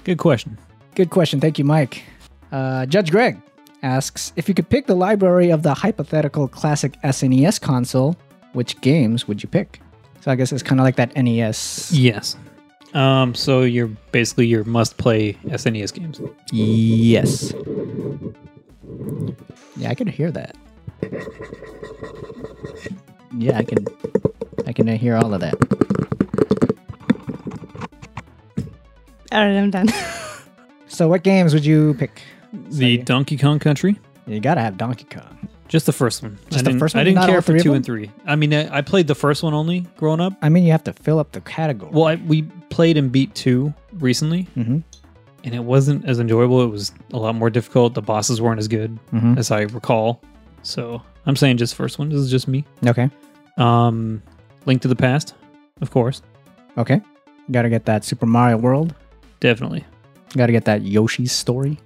Speaker 3: Good question.
Speaker 1: Good question. Thank you, Mike. Uh, Judge Greg asks If you could pick the library of the hypothetical classic SNES console, which games would you pick? So I guess it's kind of like that E NES.
Speaker 3: Yes. Um, so you're basically your must-play SNES games.
Speaker 1: Yes. Yeah, I can hear that. Yeah, I can. I can hear all of that.
Speaker 2: All right, I'm done.
Speaker 1: So, what games would you pick?
Speaker 3: The Donkey Kong Country,
Speaker 1: You gotta have Donkey Kong.
Speaker 3: just the first one.
Speaker 1: Just
Speaker 3: I
Speaker 1: the
Speaker 3: didn't,
Speaker 1: first
Speaker 3: I
Speaker 1: one?
Speaker 3: didn't
Speaker 1: Not all
Speaker 3: care for
Speaker 1: three of
Speaker 3: two
Speaker 1: them?
Speaker 3: and three. I mean, I, I played the first one only growing up.
Speaker 1: I mean, you have to fill up the category.
Speaker 3: Well, I, we played and beat two recently,
Speaker 1: Mhm.
Speaker 3: and it wasn't as enjoyable. It was a lot more difficult. The bosses weren't as good
Speaker 1: Mhm.
Speaker 3: as I recall. So I'm saying just first one. This is just me.
Speaker 1: Okay.
Speaker 3: Um, Link to the Past, of course,
Speaker 1: Okay. Gotta get that Super Mario World.
Speaker 3: definitely.
Speaker 1: Gotta get that Yoshi's story.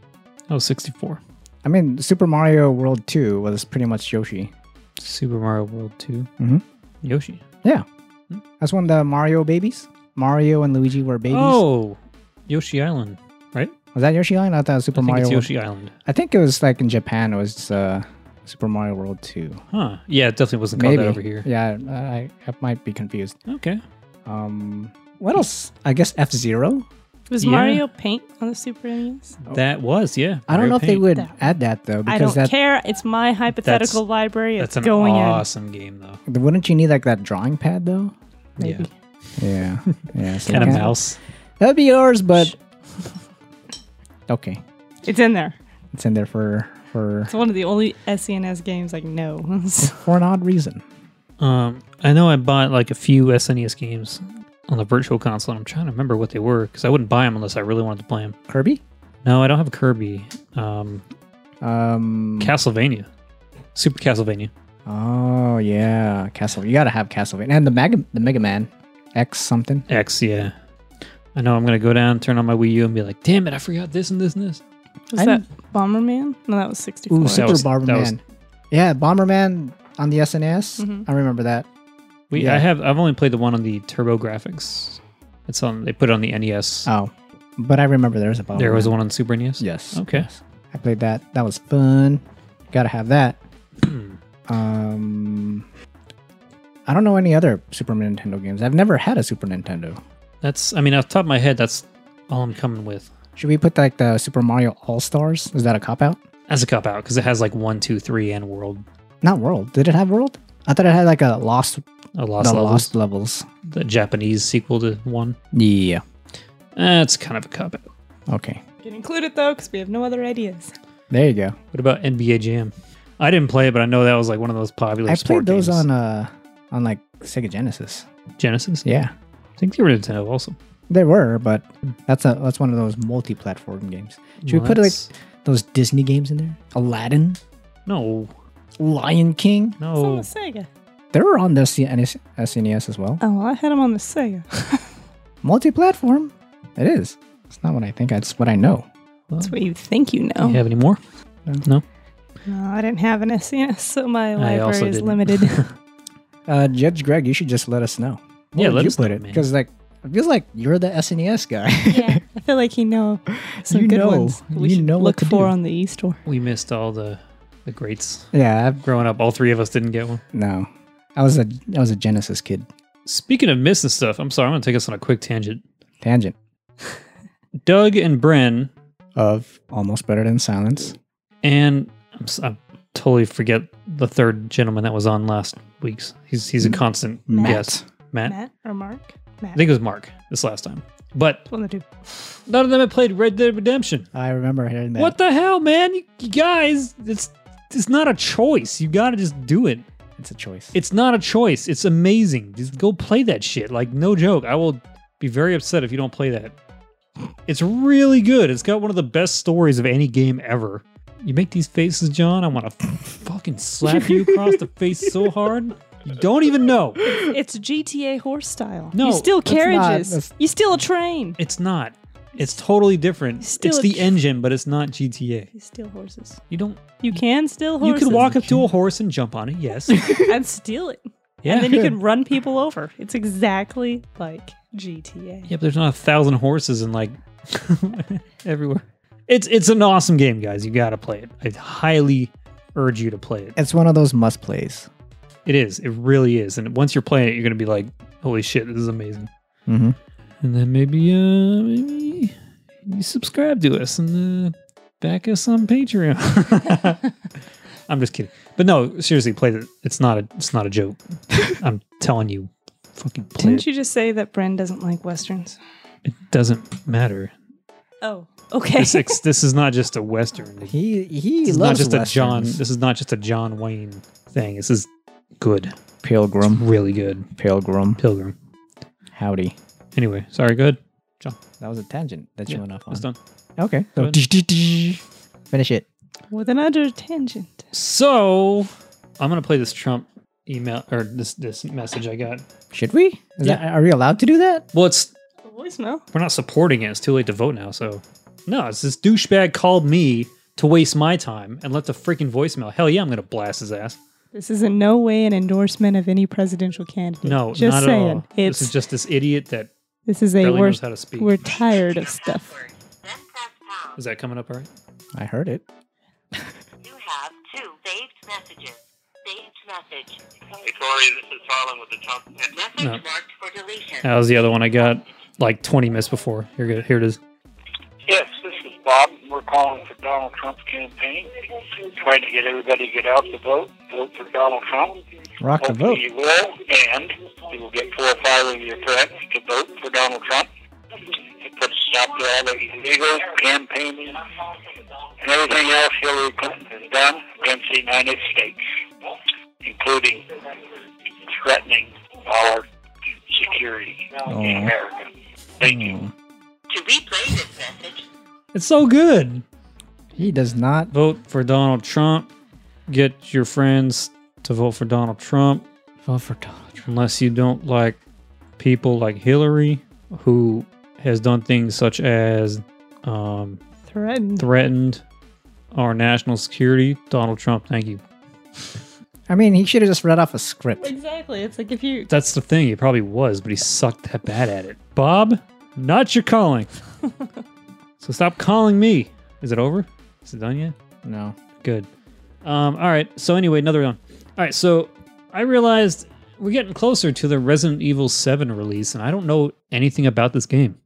Speaker 3: Oh, 64.
Speaker 1: I mean, Super Mario World 2 was pretty much Yoshi.
Speaker 3: Super Mario World 2.
Speaker 1: Mhm.
Speaker 3: Yoshi.
Speaker 1: Yeah. Hmm. That's when the Mario babies, Mario and Luigi were babies.
Speaker 3: Oh, Yoshi Island, right?
Speaker 1: Was that Yoshi Island? I thought Super
Speaker 3: I think
Speaker 1: Mario
Speaker 3: it's
Speaker 1: World
Speaker 3: Yoshi Island.
Speaker 1: I think it was like in Japan. It was uh, Super Mario World Two.
Speaker 3: Huh. Yeah, it definitely wasn't called
Speaker 1: Maybe
Speaker 3: that over here.
Speaker 1: Yeah, I, I might be confused.
Speaker 3: Okay.
Speaker 1: Um, what else? I guess F Zero.
Speaker 2: (laughs) Was
Speaker 3: Yeah.
Speaker 2: Mario Paint on the Super NES?
Speaker 3: That was, yeah.
Speaker 1: Oh. I don't
Speaker 3: Mario
Speaker 1: know if they
Speaker 3: Paint.
Speaker 1: would
Speaker 2: That-
Speaker 1: add that though,
Speaker 2: I
Speaker 1: because
Speaker 2: don't
Speaker 1: that
Speaker 2: care. It's my hypothetical library. It's
Speaker 3: That's an
Speaker 2: going
Speaker 3: awesome game, though.
Speaker 1: wouldn't you need like that drawing pad
Speaker 3: (laughs)
Speaker 1: though?
Speaker 2: in. Maybe.
Speaker 3: Yeah.
Speaker 1: Yeah, yeah. so
Speaker 3: And a
Speaker 1: okay.
Speaker 3: mouse.
Speaker 1: That'd be yours, but (laughs) okay,
Speaker 2: It's in there.
Speaker 1: it's in there for for
Speaker 2: It's one of the only SNES games I know. (laughs)
Speaker 1: for an odd reason.
Speaker 3: Um, I know I bought like a few SNES games on the Virtual Console. and I'm trying to remember what they were because I wouldn't buy them unless I really wanted to play them.
Speaker 1: Kirby.
Speaker 3: No, I don't have a Kirby. Um,
Speaker 1: Um.
Speaker 3: Castlevania, Super Castlevania.
Speaker 1: oh yeah, Castle. You gotta have Castlevania and the Mega the Mega Man X something.
Speaker 3: X, yeah. I know I'm gonna go down, turn on my Wii U, and be like, "Damn it, I forgot this and this and this."
Speaker 2: Was
Speaker 1: I'm-
Speaker 2: that Bomberman? No, that was 64.
Speaker 1: Ooh,
Speaker 3: that
Speaker 1: Super
Speaker 3: was- that was-
Speaker 1: Bomberman. Yeah, Bomberman on the SNES. I remember that.
Speaker 3: We,
Speaker 1: Yeah.
Speaker 3: I have, I've only played the one on the Turbo Graphics. It's on. They put it on the NES.
Speaker 1: Oh, but I remember there was a Bomberman.
Speaker 3: there was one on Super E NES.
Speaker 1: Yes.
Speaker 3: Okay.
Speaker 1: yes. I played that. That was (clears throat) fun. Gotta have that. Um, I don't know any other Super Nintendo games. I've never had a Super Nintendo.
Speaker 3: That's, I mean, off the top of my head, that's all I'm coming with
Speaker 1: Should we put like the Super Mario All Stars? Is that a cop out?
Speaker 3: as a cop out because it has like one, two, three, and world.
Speaker 1: Not World. Did it have World? I thought it had like a Lost,
Speaker 3: A
Speaker 1: the
Speaker 3: uh, lost levels,
Speaker 1: Lost levels.
Speaker 3: the Japanese sequel to one.
Speaker 1: Yeah.
Speaker 3: Eh, it's kind of a cop out.
Speaker 1: Okay.
Speaker 2: Can include it though, because we have no other ideas.
Speaker 1: There you go.
Speaker 3: What about NBA Jam? I didn't play it, but I know that was like one of those popular.
Speaker 1: I
Speaker 3: sport
Speaker 1: played those
Speaker 3: games.
Speaker 1: on uh on like Sega Genesis.
Speaker 3: Genesis.
Speaker 1: Yeah,
Speaker 3: I think they were Nintendo also.
Speaker 1: they were, but that's a that's one of those multi-platform games. Should
Speaker 3: Well,
Speaker 1: we put like
Speaker 3: that's-
Speaker 1: those Disney games in there? Aladdin,
Speaker 3: No,
Speaker 1: Lion King.
Speaker 2: It's on
Speaker 3: no.
Speaker 2: the Sega.
Speaker 1: They were on the E CNES SNES as well.
Speaker 2: Oh, I had them on the Sega.
Speaker 1: Multi-platform. It is. It's not what I think. It's what I know.
Speaker 3: Well,
Speaker 2: That's what you think you know.
Speaker 3: you have any more? No.
Speaker 2: No, I didn't have an SNES, so my
Speaker 3: also
Speaker 2: library is
Speaker 3: didn't.
Speaker 2: limited.
Speaker 1: Uh, Judge Greg, you should just let us know.
Speaker 3: Yeah,
Speaker 1: would
Speaker 3: let
Speaker 1: you
Speaker 3: us
Speaker 1: put
Speaker 3: know,
Speaker 1: it
Speaker 3: man.
Speaker 1: because like it feels like you're the SNES guy. (laughs)
Speaker 3: (laughs)
Speaker 2: yeah, I feel like you know some
Speaker 1: You
Speaker 2: good
Speaker 1: know.
Speaker 2: ones. that We
Speaker 1: You
Speaker 2: should
Speaker 1: know what
Speaker 2: look
Speaker 1: to
Speaker 2: for
Speaker 1: do.
Speaker 2: on the e store.
Speaker 3: We missed all the the greats
Speaker 1: yeah, I've,
Speaker 3: growing up. All three of us didn't get one.
Speaker 1: no, I was a I was a Genesis kid.
Speaker 3: Speaking of missing stuff, I'm sorry. I'm gonna take us on a quick tangent.
Speaker 1: Tangent
Speaker 3: Doug and Bren
Speaker 1: of almost better than silence.
Speaker 3: and I'm, s- I totally forget the third gentleman that was on last week's. He's he's a constant
Speaker 1: Matt.
Speaker 3: guest. Matt.
Speaker 2: Matt or Mark? Matt.
Speaker 3: I think it was Mark this last time. But
Speaker 2: one of the two.
Speaker 3: none of them had played Red Dead Redemption.
Speaker 1: I remember hearing that.
Speaker 3: What the hell, man? You, you guys, it's it's not a choice. You got to just do it.
Speaker 1: It's a choice.
Speaker 3: It's not a choice. It's amazing. Just go play that shit. Like no joke. I will be very upset if you don't play that. It's really good. It's got one of the best stories of any game ever. You make these faces, John. I want to fucking slap you across the
Speaker 2: (laughs)
Speaker 3: face so hard. You don't even know.
Speaker 2: It's GTA horse style.
Speaker 3: No,
Speaker 2: you steal
Speaker 1: not-
Speaker 2: carriages.
Speaker 1: that's-
Speaker 2: you steal a train.
Speaker 3: It's not. It's totally different.
Speaker 2: Still
Speaker 3: it's
Speaker 2: a
Speaker 3: the
Speaker 2: tr-
Speaker 3: engine, but it's not GTA.
Speaker 2: You steal horses.
Speaker 3: You don't.
Speaker 2: You can steal horses.
Speaker 3: You can walk up to a horse and jump on it. Yes.
Speaker 2: (laughs)
Speaker 3: (laughs)
Speaker 2: and steal it.
Speaker 3: Yeah.
Speaker 2: And then you can run people over. It's exactly like GTA.
Speaker 3: Yeah, but there's not a thousand horses in like (laughs) everywhere. It's it's an awesome game, guys. You gotta play it. I highly urge you to play it.
Speaker 1: It's one of those must plays.
Speaker 3: It is. It really is. And once you're playing it, you're gonna be like, "Holy shit, this is amazing."
Speaker 1: Mm-hmm.
Speaker 3: And then maybe uh maybe you subscribe to us and uh, back us on Patreon. (laughs) I'm just kidding. But no, seriously, play it. It's not a it's not a joke. I'm telling you, fucking play
Speaker 2: Didn't
Speaker 3: it.
Speaker 2: you just say that Bren doesn't like westerns?
Speaker 3: It doesn't matter.
Speaker 2: Oh, okay.
Speaker 3: This ex- this is not just a western.
Speaker 1: He he
Speaker 3: This is not
Speaker 1: loves
Speaker 3: just a John.
Speaker 1: westerns.
Speaker 3: This is not just a John Wayne thing. This is good,
Speaker 1: Pilgrim,
Speaker 3: really good.
Speaker 1: Pilgrim,
Speaker 3: Pilgrim.
Speaker 1: howdy.
Speaker 3: Anyway, sorry. Good.
Speaker 1: That was a tangent that
Speaker 3: Yeah,
Speaker 1: you went off on.
Speaker 3: It's done.
Speaker 1: Okay,
Speaker 3: Go
Speaker 1: so
Speaker 3: ahead.
Speaker 1: finish it.
Speaker 2: (laughs) With another tangent.
Speaker 3: So I'm gonna play this Trump email or this this message I got.
Speaker 1: Should we? Is
Speaker 3: Yeah.
Speaker 1: that, are we allowed to do that?
Speaker 3: Well, it's
Speaker 2: The voicemail.
Speaker 3: we're not supporting it. It's too late to vote now. So no, it's this douchebag called me to waste my time and left a freaking voicemail. Hell yeah, I'm gonna blast his ass.
Speaker 2: This is in no way an endorsement of any presidential candidate.
Speaker 3: No,
Speaker 2: just
Speaker 3: not
Speaker 2: saying.
Speaker 3: at all.
Speaker 2: It's
Speaker 3: this is just this idiot that
Speaker 2: a
Speaker 3: barely
Speaker 2: we're,
Speaker 3: knows how to speak.
Speaker 2: we're tired of stuff.
Speaker 4: Then press pound.
Speaker 3: Is that coming up all right?
Speaker 1: I heard it.
Speaker 4: You have two saved messages. Saved message.
Speaker 5: Hey Corey, this is Harlan with the Trump.
Speaker 4: Message
Speaker 3: No.
Speaker 4: marked for deletion.
Speaker 3: That was the other one I got like 20 minutes before. Here, go- here it is.
Speaker 5: Yes, this is Bob. We're calling for Donald Trump's campaign, trying to get everybody to get out to vote, vote for Donald Trump.
Speaker 1: Rock the vote.
Speaker 5: Hopefully you will, and you will get four or five of your friends to vote for Donald Trump. It puts a stop to all the illegal campaigning and everything else Hillary Clinton has done against the United States, including threatening our security in
Speaker 1: Aw. Hmm.
Speaker 5: America. Thank you.
Speaker 4: To replay this message,
Speaker 3: It's so good.
Speaker 1: He does not.
Speaker 3: Vote for Donald Trump. Get your friends to vote for Donald Trump,
Speaker 1: Vote for Donald Trump.
Speaker 3: unless you don't like people like Hillary, who has done things such as um,
Speaker 2: Threatened.
Speaker 3: threatened our national security. Donald Trump, thank you.
Speaker 1: I mean, he should have just read off a script.
Speaker 2: exactly. It's like if you
Speaker 3: That's the thing. He probably was, but he sucked that bad at it. Bob, not your calling. so stop calling me. Is it over? Is it done yet?
Speaker 1: No.
Speaker 3: Good. Um, all right. So anyway, another one. All right. So I realized we're getting closer to the Resident Evil 7 release, and I don't know anything about this game.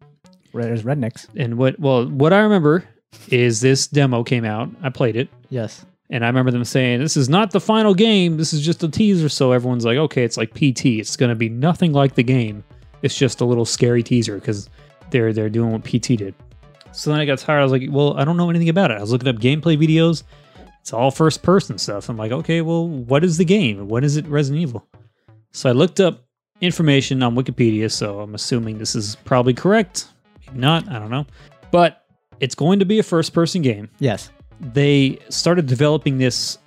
Speaker 1: Red is rednecks.
Speaker 3: And what well, what I remember is this demo came out. I played it,
Speaker 1: Yes.
Speaker 3: and I remember them saying, "This is not the final game. This is just a teaser." So everyone's like, "Okay, it's like PT. It's going to be nothing like the game. It's just a little scary teaser because they're they're doing what PT did." So then I got tired. I was like, "Well, I don't know anything about it." I was looking up gameplay videos. It's all first person stuff. I'm like, "Okay, well, what is the game? What is it Resident Evil?" So I looked up information on Wikipedia. So I'm assuming this is probably correct. Maybe not. I don't know. But it's going to be a first person game
Speaker 1: Yes.
Speaker 3: they started developing this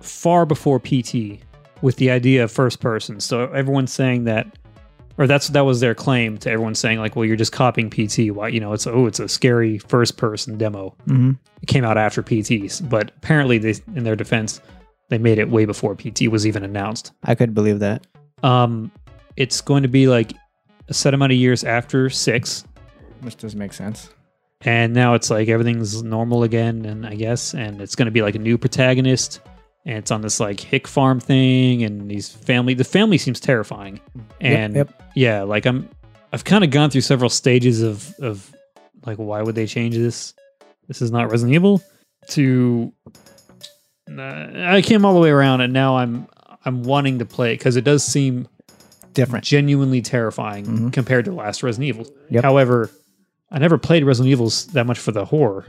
Speaker 3: far before PT with the idea of first person. So everyone's saying that, or that's that was their claim to everyone saying like, well, you're just copying PT. Why you know it's oh it's a scary first person demo.
Speaker 1: Mm-hmm.
Speaker 3: It came out after PT's, but apparently they in their defense they made it way before PT was even announced.
Speaker 1: I could believe that.
Speaker 3: Um, it's going to be like a set amount of years after six,
Speaker 1: Which does make sense.
Speaker 3: and now it's like everything's normal again and i guess and it's going to be like a new protagonist and it's on this like hick farm thing and these family the family seems terrifying and
Speaker 1: yep.
Speaker 3: yeah like i'm i've kind of gone through several stages of of like why would they change this this is not resident evil to uh, i came all the way around and now i'm i'm wanting to play it because it does seem
Speaker 1: Different.
Speaker 3: genuinely terrifying
Speaker 1: Mhm.
Speaker 3: compared to last Resident Evil.
Speaker 1: Yep.
Speaker 3: However, I never played Resident Evils that much for the horror.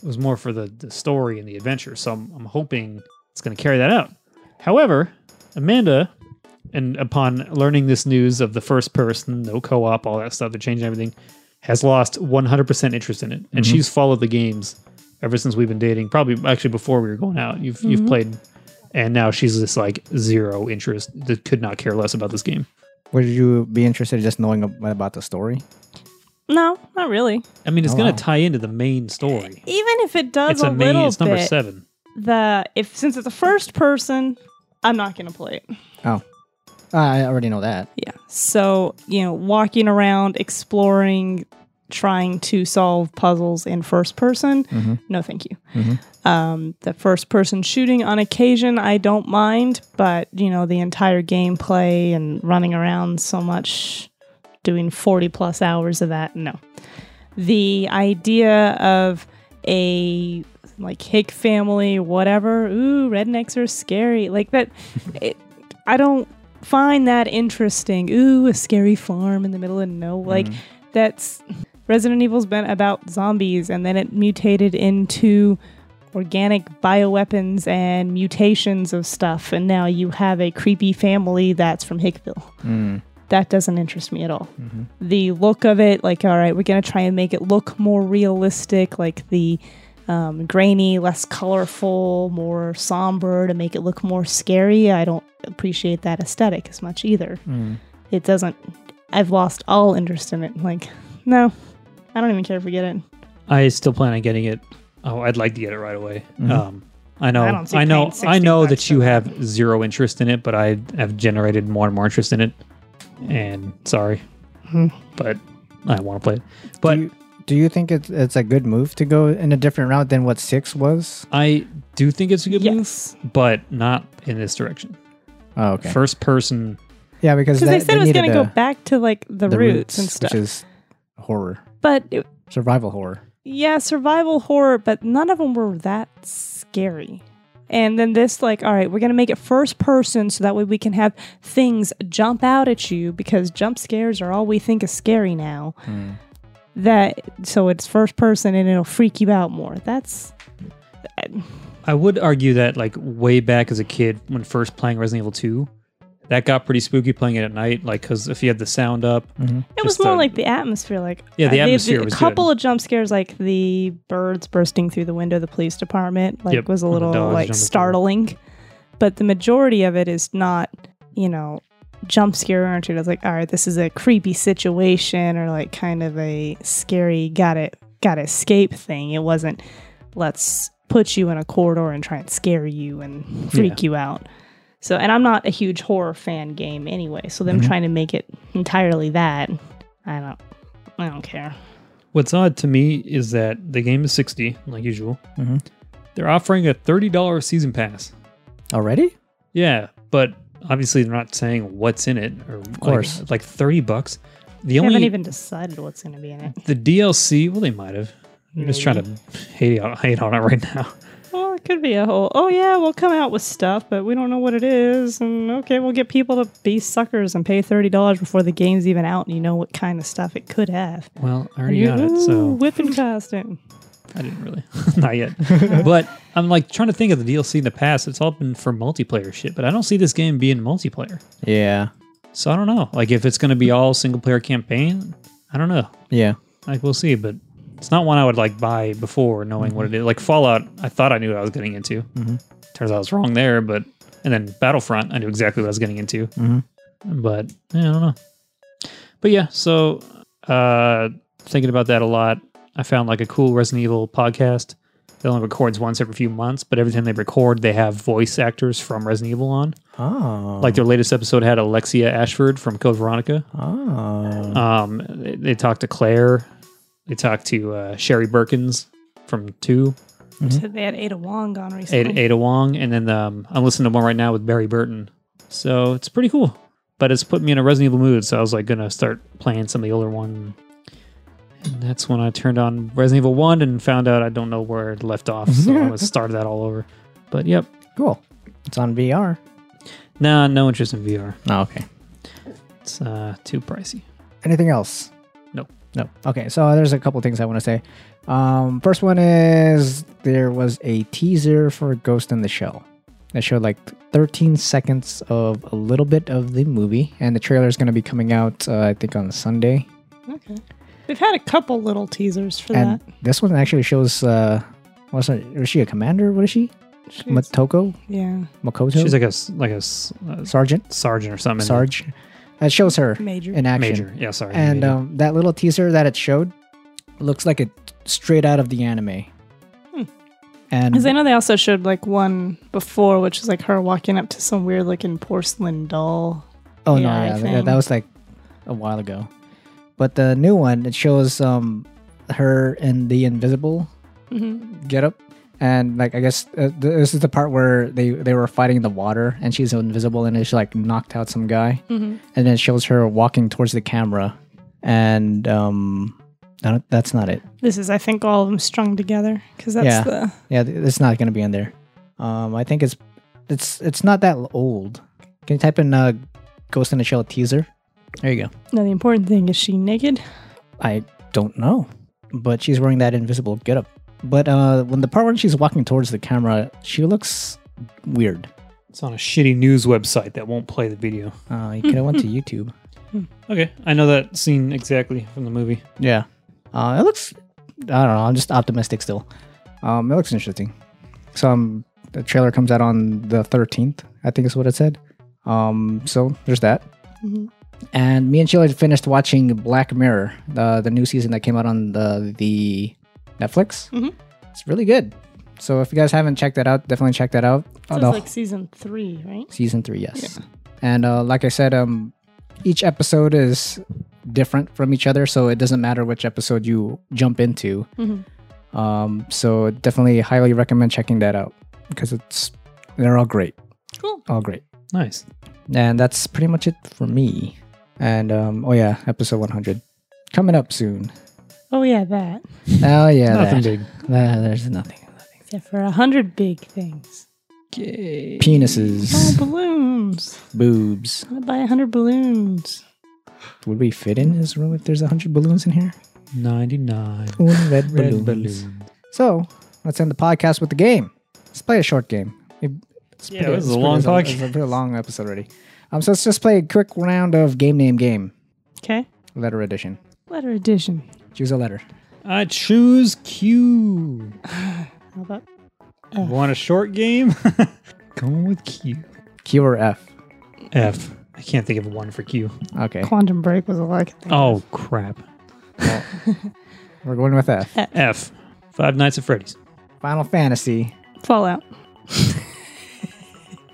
Speaker 3: It was more for the, the story and the adventure. So I'm, I'm hoping it's going to carry that out. However, Amanda, and upon learning this news of the first person, no co op, all that stuff, they're changing everything, has lost 100% interest in it. And
Speaker 1: Mhm.
Speaker 3: she's followed the games ever since we've been dating, probably actually before we were going out. You've,
Speaker 1: Mm-hmm.
Speaker 3: you've played. And now she's just like zero interest. That could not care less about this game.
Speaker 1: Would you be interested in just knowing ab- about the story?
Speaker 2: No, not really.
Speaker 3: I mean, it's
Speaker 1: Oh,
Speaker 3: going to
Speaker 1: wow.
Speaker 3: tie into the main story.
Speaker 2: Even if it does
Speaker 3: It's
Speaker 2: a,
Speaker 3: a main.
Speaker 2: little
Speaker 3: It's number
Speaker 2: bit,
Speaker 3: seven.
Speaker 2: the if since it's a first person, I'm not gonna play it.
Speaker 1: Ah, I already know that.
Speaker 2: Yeah. So you know, walking around, exploring, trying to solve puzzles in first person.
Speaker 1: Mhm.
Speaker 2: No, thank you.
Speaker 1: Mhm.
Speaker 2: Um, the first person shooting on occasion, I don't mind, but you know, the entire gameplay and running around so much, doing 40 plus hours of that, no. The idea of a like hick family, whatever, ooh, rednecks are scary. Like that, it, I don't find that interesting. Ooh, a scary farm in the middle of no, like that's Resident Evil's been about zombies and then it mutated into organic bioweapons and mutations of stuff and now you have a creepy family that's from Hickville. That doesn't interest me at all. The look of it, like, all right, we're going to try and make it look more realistic, like the um, grainy, less colorful, more somber to make it look more scary. I don't appreciate that aesthetic as much either
Speaker 1: Hmm.
Speaker 2: it doesn't i've lost all interest in it like no i don't even care if we get it
Speaker 3: I still plan on getting it. Oh, I'd like to get it right away.
Speaker 1: Mm-hmm.
Speaker 3: Um, I know.
Speaker 2: I
Speaker 3: I,
Speaker 2: don't see
Speaker 3: know.
Speaker 2: paying
Speaker 3: I
Speaker 2: 60
Speaker 3: know that
Speaker 2: bucks
Speaker 3: you
Speaker 2: for
Speaker 3: have zero interest in it, but I have generated more and more interest in it. And sorry,
Speaker 2: Hmm.
Speaker 3: but I want to play it. But
Speaker 1: do you, do you think it's, it's a good move to go in a different route than what six was?
Speaker 3: I do think it's a good
Speaker 2: yes
Speaker 3: move, but not in this direction.
Speaker 1: Oh, okay.
Speaker 3: First person.
Speaker 1: yeah, because
Speaker 2: because
Speaker 1: that,
Speaker 2: they said it was
Speaker 1: needed
Speaker 2: going to go
Speaker 1: a-
Speaker 2: back to like the,
Speaker 1: the
Speaker 2: roots, and stuff
Speaker 1: which is horror,
Speaker 2: but it,
Speaker 1: survival horror.
Speaker 2: yeah survival horror but none of them were that scary and then this like all right we're going to make it first person so that way we can have things jump out at you because jump scares are all we think is scary now
Speaker 3: Hmm.
Speaker 2: that so it's first person and it'll freak you out more that's
Speaker 3: I would argue that like way back as a kid when first playing Resident Evil 2, that got pretty spooky playing it at night. Like, cause if you had the sound up,
Speaker 2: It was
Speaker 3: Just
Speaker 2: more
Speaker 3: the-
Speaker 2: like the atmosphere, like
Speaker 3: Yeah, the
Speaker 2: uh, they-
Speaker 3: atmosphere
Speaker 2: A
Speaker 3: was
Speaker 2: couple
Speaker 3: good.
Speaker 2: of jump scares, like the birds bursting through the window of the police department, like
Speaker 3: Yep,
Speaker 2: was a
Speaker 3: and the
Speaker 2: little
Speaker 3: dogs
Speaker 2: like
Speaker 3: jumping through.
Speaker 2: startling. But the majority of it is not, you know, jump scare oriented. It's like, all right, this is a creepy situation, or like kind of a scary got it got to escape thing. It wasn't let's put you in a corridor and try and scare you and freak you out. So, and I'm not a huge horror fan game anyway. So them
Speaker 3: Mm-hmm.
Speaker 2: trying to make it entirely that, I don't, I don't care.
Speaker 3: What's odd to me is that the game is 60, like usual.
Speaker 1: Mhm.
Speaker 3: They're offering a $30 season pass.
Speaker 1: Already?
Speaker 3: Yeah, but obviously they're not saying what's in it or of
Speaker 1: course.
Speaker 3: like, like 30 bucks the
Speaker 2: We
Speaker 3: only
Speaker 2: haven't even decided what's going to be in it.
Speaker 3: the dlc well they might have i'm just trying to hate on, hate on it right now
Speaker 2: Well, it could be a whole. Oh yeah, we'll come out with stuff, but we don't know what it is. And okay, we'll get people to be suckers and pay thirty dollars before the game's even out, and you know what kind of stuff it could have.
Speaker 3: well i
Speaker 2: And
Speaker 3: already
Speaker 2: you-
Speaker 3: got it
Speaker 2: ooh,
Speaker 3: so
Speaker 2: whipping
Speaker 3: (laughs)
Speaker 2: costume.
Speaker 3: i didn't really (laughs) not yet but i'm like trying to think of the dlc in the past it's all been for multiplayer shit but i don't see this game being multiplayer
Speaker 1: Yeah.
Speaker 3: so i don't know like if it's going to be all single player campaign i don't know
Speaker 1: Yeah.
Speaker 3: Like we'll see, but it's not one I would like buy before knowing what it is. Like Fallout, I thought I knew what I was getting into.
Speaker 1: Mhm.
Speaker 3: Turns out I was wrong there, but and then Battlefront, I knew exactly what I was getting into.
Speaker 1: Mhm.
Speaker 3: But yeah, I don't know. But yeah, so uh thinking about that a lot, I found like a cool Resident Evil podcast. They only records once every few months, but every time they record, they have voice actors from Resident Evil on.
Speaker 1: Oh.
Speaker 3: Like their latest episode had Alexia Ashford from Code Veronica.
Speaker 1: Oh.
Speaker 3: Um, they, they talked to Claire. They talked to uh, Sherry Birkins from Two,
Speaker 2: Said they had Ada Wong on
Speaker 3: Mm-hmm. Ada,
Speaker 2: recently.
Speaker 3: Ada Wong, and then um, I'm listening to one right now with Barry Burton. So it's pretty cool. But it's put me in a Resident Evil mood, so I was like gonna start playing some of the older one. And that's when I turned on Resident Evil One and found out I don't know where it left off,
Speaker 1: (laughs)
Speaker 3: so I would start that all over. But yep,
Speaker 1: Cool. It's on VR.
Speaker 3: nah, no interest in VR.
Speaker 1: Oh, okay.
Speaker 3: It's uh, too pricey.
Speaker 1: Anything else?
Speaker 3: No.
Speaker 1: No. Okay, so there's a couple things I want to say. Um, first one is there was a teaser for Ghost in the Shell. It showed like 13 seconds of a little bit of the movie, and the trailer is going to be coming out, uh, I think, on Sunday.
Speaker 2: Okay. They've had a couple little teasers for
Speaker 1: And this one actually shows, uh, what's her, is she a commander? What is she?
Speaker 2: that. She's-
Speaker 1: Matoko?
Speaker 2: yeah,
Speaker 1: Makoto?
Speaker 3: She's like a s- like a s- a
Speaker 1: Sergeant?
Speaker 3: sergeant or something.
Speaker 1: Sarge? It shows her
Speaker 2: major.
Speaker 1: in action.
Speaker 3: Major, yeah, sorry.
Speaker 1: And
Speaker 3: major.
Speaker 1: um, that little teaser that it showed looks like it straight out of the anime.
Speaker 2: Hmm.
Speaker 1: And
Speaker 2: Because I know they also showed like one before, which was like her walking up to some weird looking porcelain doll.
Speaker 1: oh no,
Speaker 2: AI
Speaker 1: yeah, th-
Speaker 2: thing.
Speaker 1: that was like a while ago. But the new one, it shows um her in the invisible getup, and like I guess uh, th- this is the part where they they were fighting in the water, and she's invisible, and she like knocked out some guy, and then it shows her walking towards the camera, and um, I don't- that's not it.
Speaker 2: This is, I think, all of them strung together because that's
Speaker 1: Yeah.
Speaker 2: the
Speaker 1: Yeah, th- it's not gonna be in there. Um, I think it's it's it's not that l- old. Can you type in uh, "Ghost in the Shell" teaser? There you go.
Speaker 2: Now the important thing is she naked.
Speaker 1: I don't know, but she's wearing that invisible getup. But uh, when the part when she's walking towards the camera, she looks weird.
Speaker 3: It's on a shitty news website that won't play the video.
Speaker 1: Uh, you could have (laughs) went to YouTube.
Speaker 3: Okay, I know that scene exactly from the movie.
Speaker 1: Yeah, uh, it looks. I don't know. I'm just optimistic still. Um, it looks interesting. So um, the trailer comes out on the 13th. I think is what it said. Um, so there's that.
Speaker 2: Mm-hmm.
Speaker 1: and me and Sheila finished watching Black Mirror, the the new season that came out on the the Netflix.
Speaker 2: Mhm.
Speaker 1: It's really good. So if you guys haven't checked that out, definitely check that out.
Speaker 2: So
Speaker 1: Uh,
Speaker 2: it's
Speaker 1: the
Speaker 2: like season three, right?
Speaker 1: season three, yes. And uh, like I said, um, each episode is different from each other, so it doesn't matter which episode you jump into.
Speaker 2: Mhm.
Speaker 1: Um, so definitely highly recommend checking that out because it's they're all great,
Speaker 2: Cool.
Speaker 1: all great.
Speaker 3: Nice.
Speaker 1: And that's pretty much it for me. And um, oh yeah, episode 100 coming up soon.
Speaker 2: Oh yeah, that.
Speaker 1: Oh yeah,
Speaker 3: Nothing
Speaker 1: that.
Speaker 3: big.
Speaker 1: Nah, there's nothing.
Speaker 2: Except for a hundred big things. Oh,
Speaker 1: Penises,
Speaker 2: balloons.
Speaker 1: boobs.
Speaker 2: I'm gonna buy a hundred balloons.
Speaker 1: Would we fit in this room if there's 100 balloons in here?
Speaker 3: 99
Speaker 1: One red,
Speaker 3: red
Speaker 1: balloons.
Speaker 3: balloons.
Speaker 1: So let's end the podcast with the game. Let's play a short game. It- It's
Speaker 3: Yeah, this is
Speaker 1: it's
Speaker 3: a long
Speaker 1: it's It's a,
Speaker 3: podcast.
Speaker 1: pretty long episode already. Um, so let's just play a quick round of game name game
Speaker 2: Okay.
Speaker 1: letter edition.
Speaker 2: Letter addition.
Speaker 1: Choose a letter.
Speaker 3: I choose Q.
Speaker 2: How about
Speaker 3: Want a short game? (laughs) Going with Q.
Speaker 1: Q or F.
Speaker 3: F. I can't think of one for Q.
Speaker 1: Okay,
Speaker 2: quantum break was a like thing.
Speaker 3: Oh, crap.
Speaker 1: we're going with F.
Speaker 3: F. Five Nights at Freddy's.
Speaker 1: Final Fantasy.
Speaker 2: (laughs) Fallout.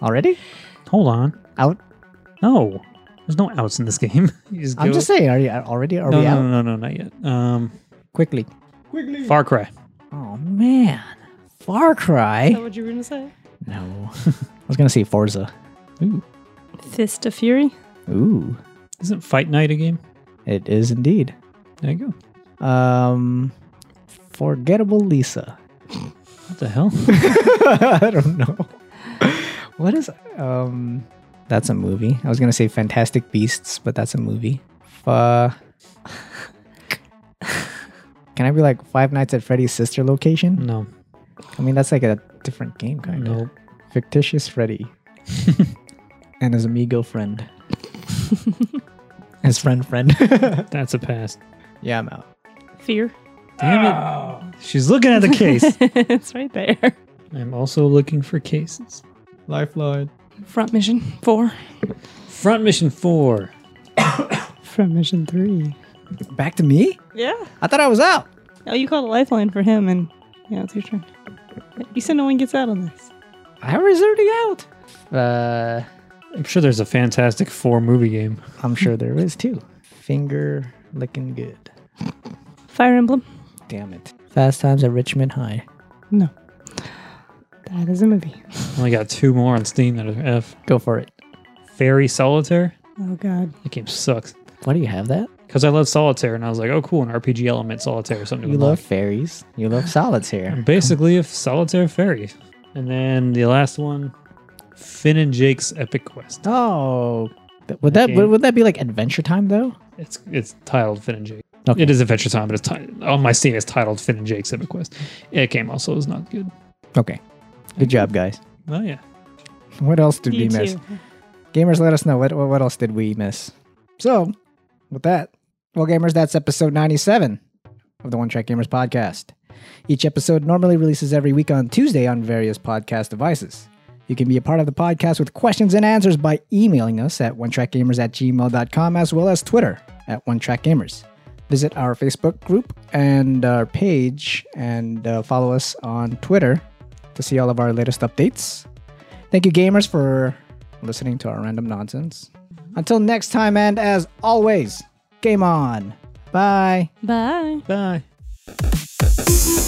Speaker 1: Already?
Speaker 3: Hold on.
Speaker 1: Out?
Speaker 3: No. There's no outs in this game. (laughs) You just
Speaker 1: I'm
Speaker 3: go-
Speaker 1: just saying. Are you already? Are
Speaker 3: no,
Speaker 1: we
Speaker 3: no,
Speaker 1: out?
Speaker 3: no, no, no, not yet. Um,
Speaker 1: Quickly.
Speaker 3: Far Cry.
Speaker 1: Oh man, Far
Speaker 2: Is that
Speaker 1: Cry. (laughs)
Speaker 2: what you were gonna say?
Speaker 1: No, I was gonna say Forza.
Speaker 3: Ooh.
Speaker 2: Fist of Fury.
Speaker 1: Ooh,
Speaker 3: Isn't Fight Night a game?
Speaker 1: it is indeed.
Speaker 3: There you go.
Speaker 1: Um, forgettable Lisa. (laughs)
Speaker 3: What the hell?
Speaker 1: I don't know. (laughs) What is um? That's a movie. I was gonna say Fantastic Beasts, but that's a movie. Uh, (laughs) can I be like Five Nights at Freddy's sister location?
Speaker 3: no.
Speaker 1: I mean, that's like a different game, kind of.
Speaker 3: Nope.
Speaker 1: Fictitious (laughs) Freddy and his amigo (laughs) friend. his friend friend. (laughs)
Speaker 3: That's a pass.
Speaker 1: yeah, I'm out.
Speaker 2: Fear. (laughs)
Speaker 3: Damn it. She's looking at the case.
Speaker 2: it's right there.
Speaker 3: I'm also looking for cases.
Speaker 1: Lifeline.
Speaker 2: Front Mission 4.
Speaker 3: Front Mission 4.
Speaker 2: Front Mission 3.
Speaker 1: Back to me?
Speaker 2: Yeah.
Speaker 1: I thought I was out.
Speaker 2: Oh, you called a lifeline for him, and yeah, it's your turn. You said no one gets out on this.
Speaker 1: I was already out. Uh,
Speaker 3: I'm sure there's a Fantastic Four movie game.
Speaker 1: I'm sure there is too. Finger licking good.
Speaker 2: Fire Emblem?
Speaker 1: Damn it. Fast Times at Richmond High.
Speaker 2: No. That is a movie.
Speaker 3: Only got two more on Steam that are F.
Speaker 1: Go for it.
Speaker 3: Fairy Solitaire.
Speaker 2: Oh, God.
Speaker 3: That game sucks.
Speaker 1: Why do you have that?
Speaker 3: Because I love Solitaire, and I was like, oh, cool, an RPG element Solitaire, something
Speaker 1: You
Speaker 3: to
Speaker 1: love fairies. You love (laughs)
Speaker 3: I'm
Speaker 1: solitaire.
Speaker 3: basically a solitaire fairy. And then the last one, Finn and Jake's Epic Quest.
Speaker 1: Oh, th- would that
Speaker 3: Okay.
Speaker 1: would that be like Adventure Time though?
Speaker 3: It's it's titled Finn and Jake.
Speaker 1: Okay.
Speaker 3: It is Adventure Time, but it's ti- on my Steam. It's titled Finn and Jake's Epic Quest. It came also is not good.
Speaker 1: Okay. Good job, guys.
Speaker 3: Oh yeah,
Speaker 1: What else did we
Speaker 2: You
Speaker 1: miss?
Speaker 2: too.
Speaker 1: Gamers, let us know what what else did we miss. So, with that, well, gamers, that's episode ninety-seven of the One Track Gamers podcast. Each episode normally releases every week on Tuesday on various podcast devices. You can be a part of the podcast with questions and answers by emailing us at onetrackgamers at gmail.com as well as Twitter at onetrackgamers. Visit our Facebook group and our page and uh, follow us on Twitter to see all of our latest updates. Thank you, gamers, for listening to our random nonsense. Until next time, and as always, game on. Bye.
Speaker 2: Bye.
Speaker 3: bye.
Speaker 6: Thank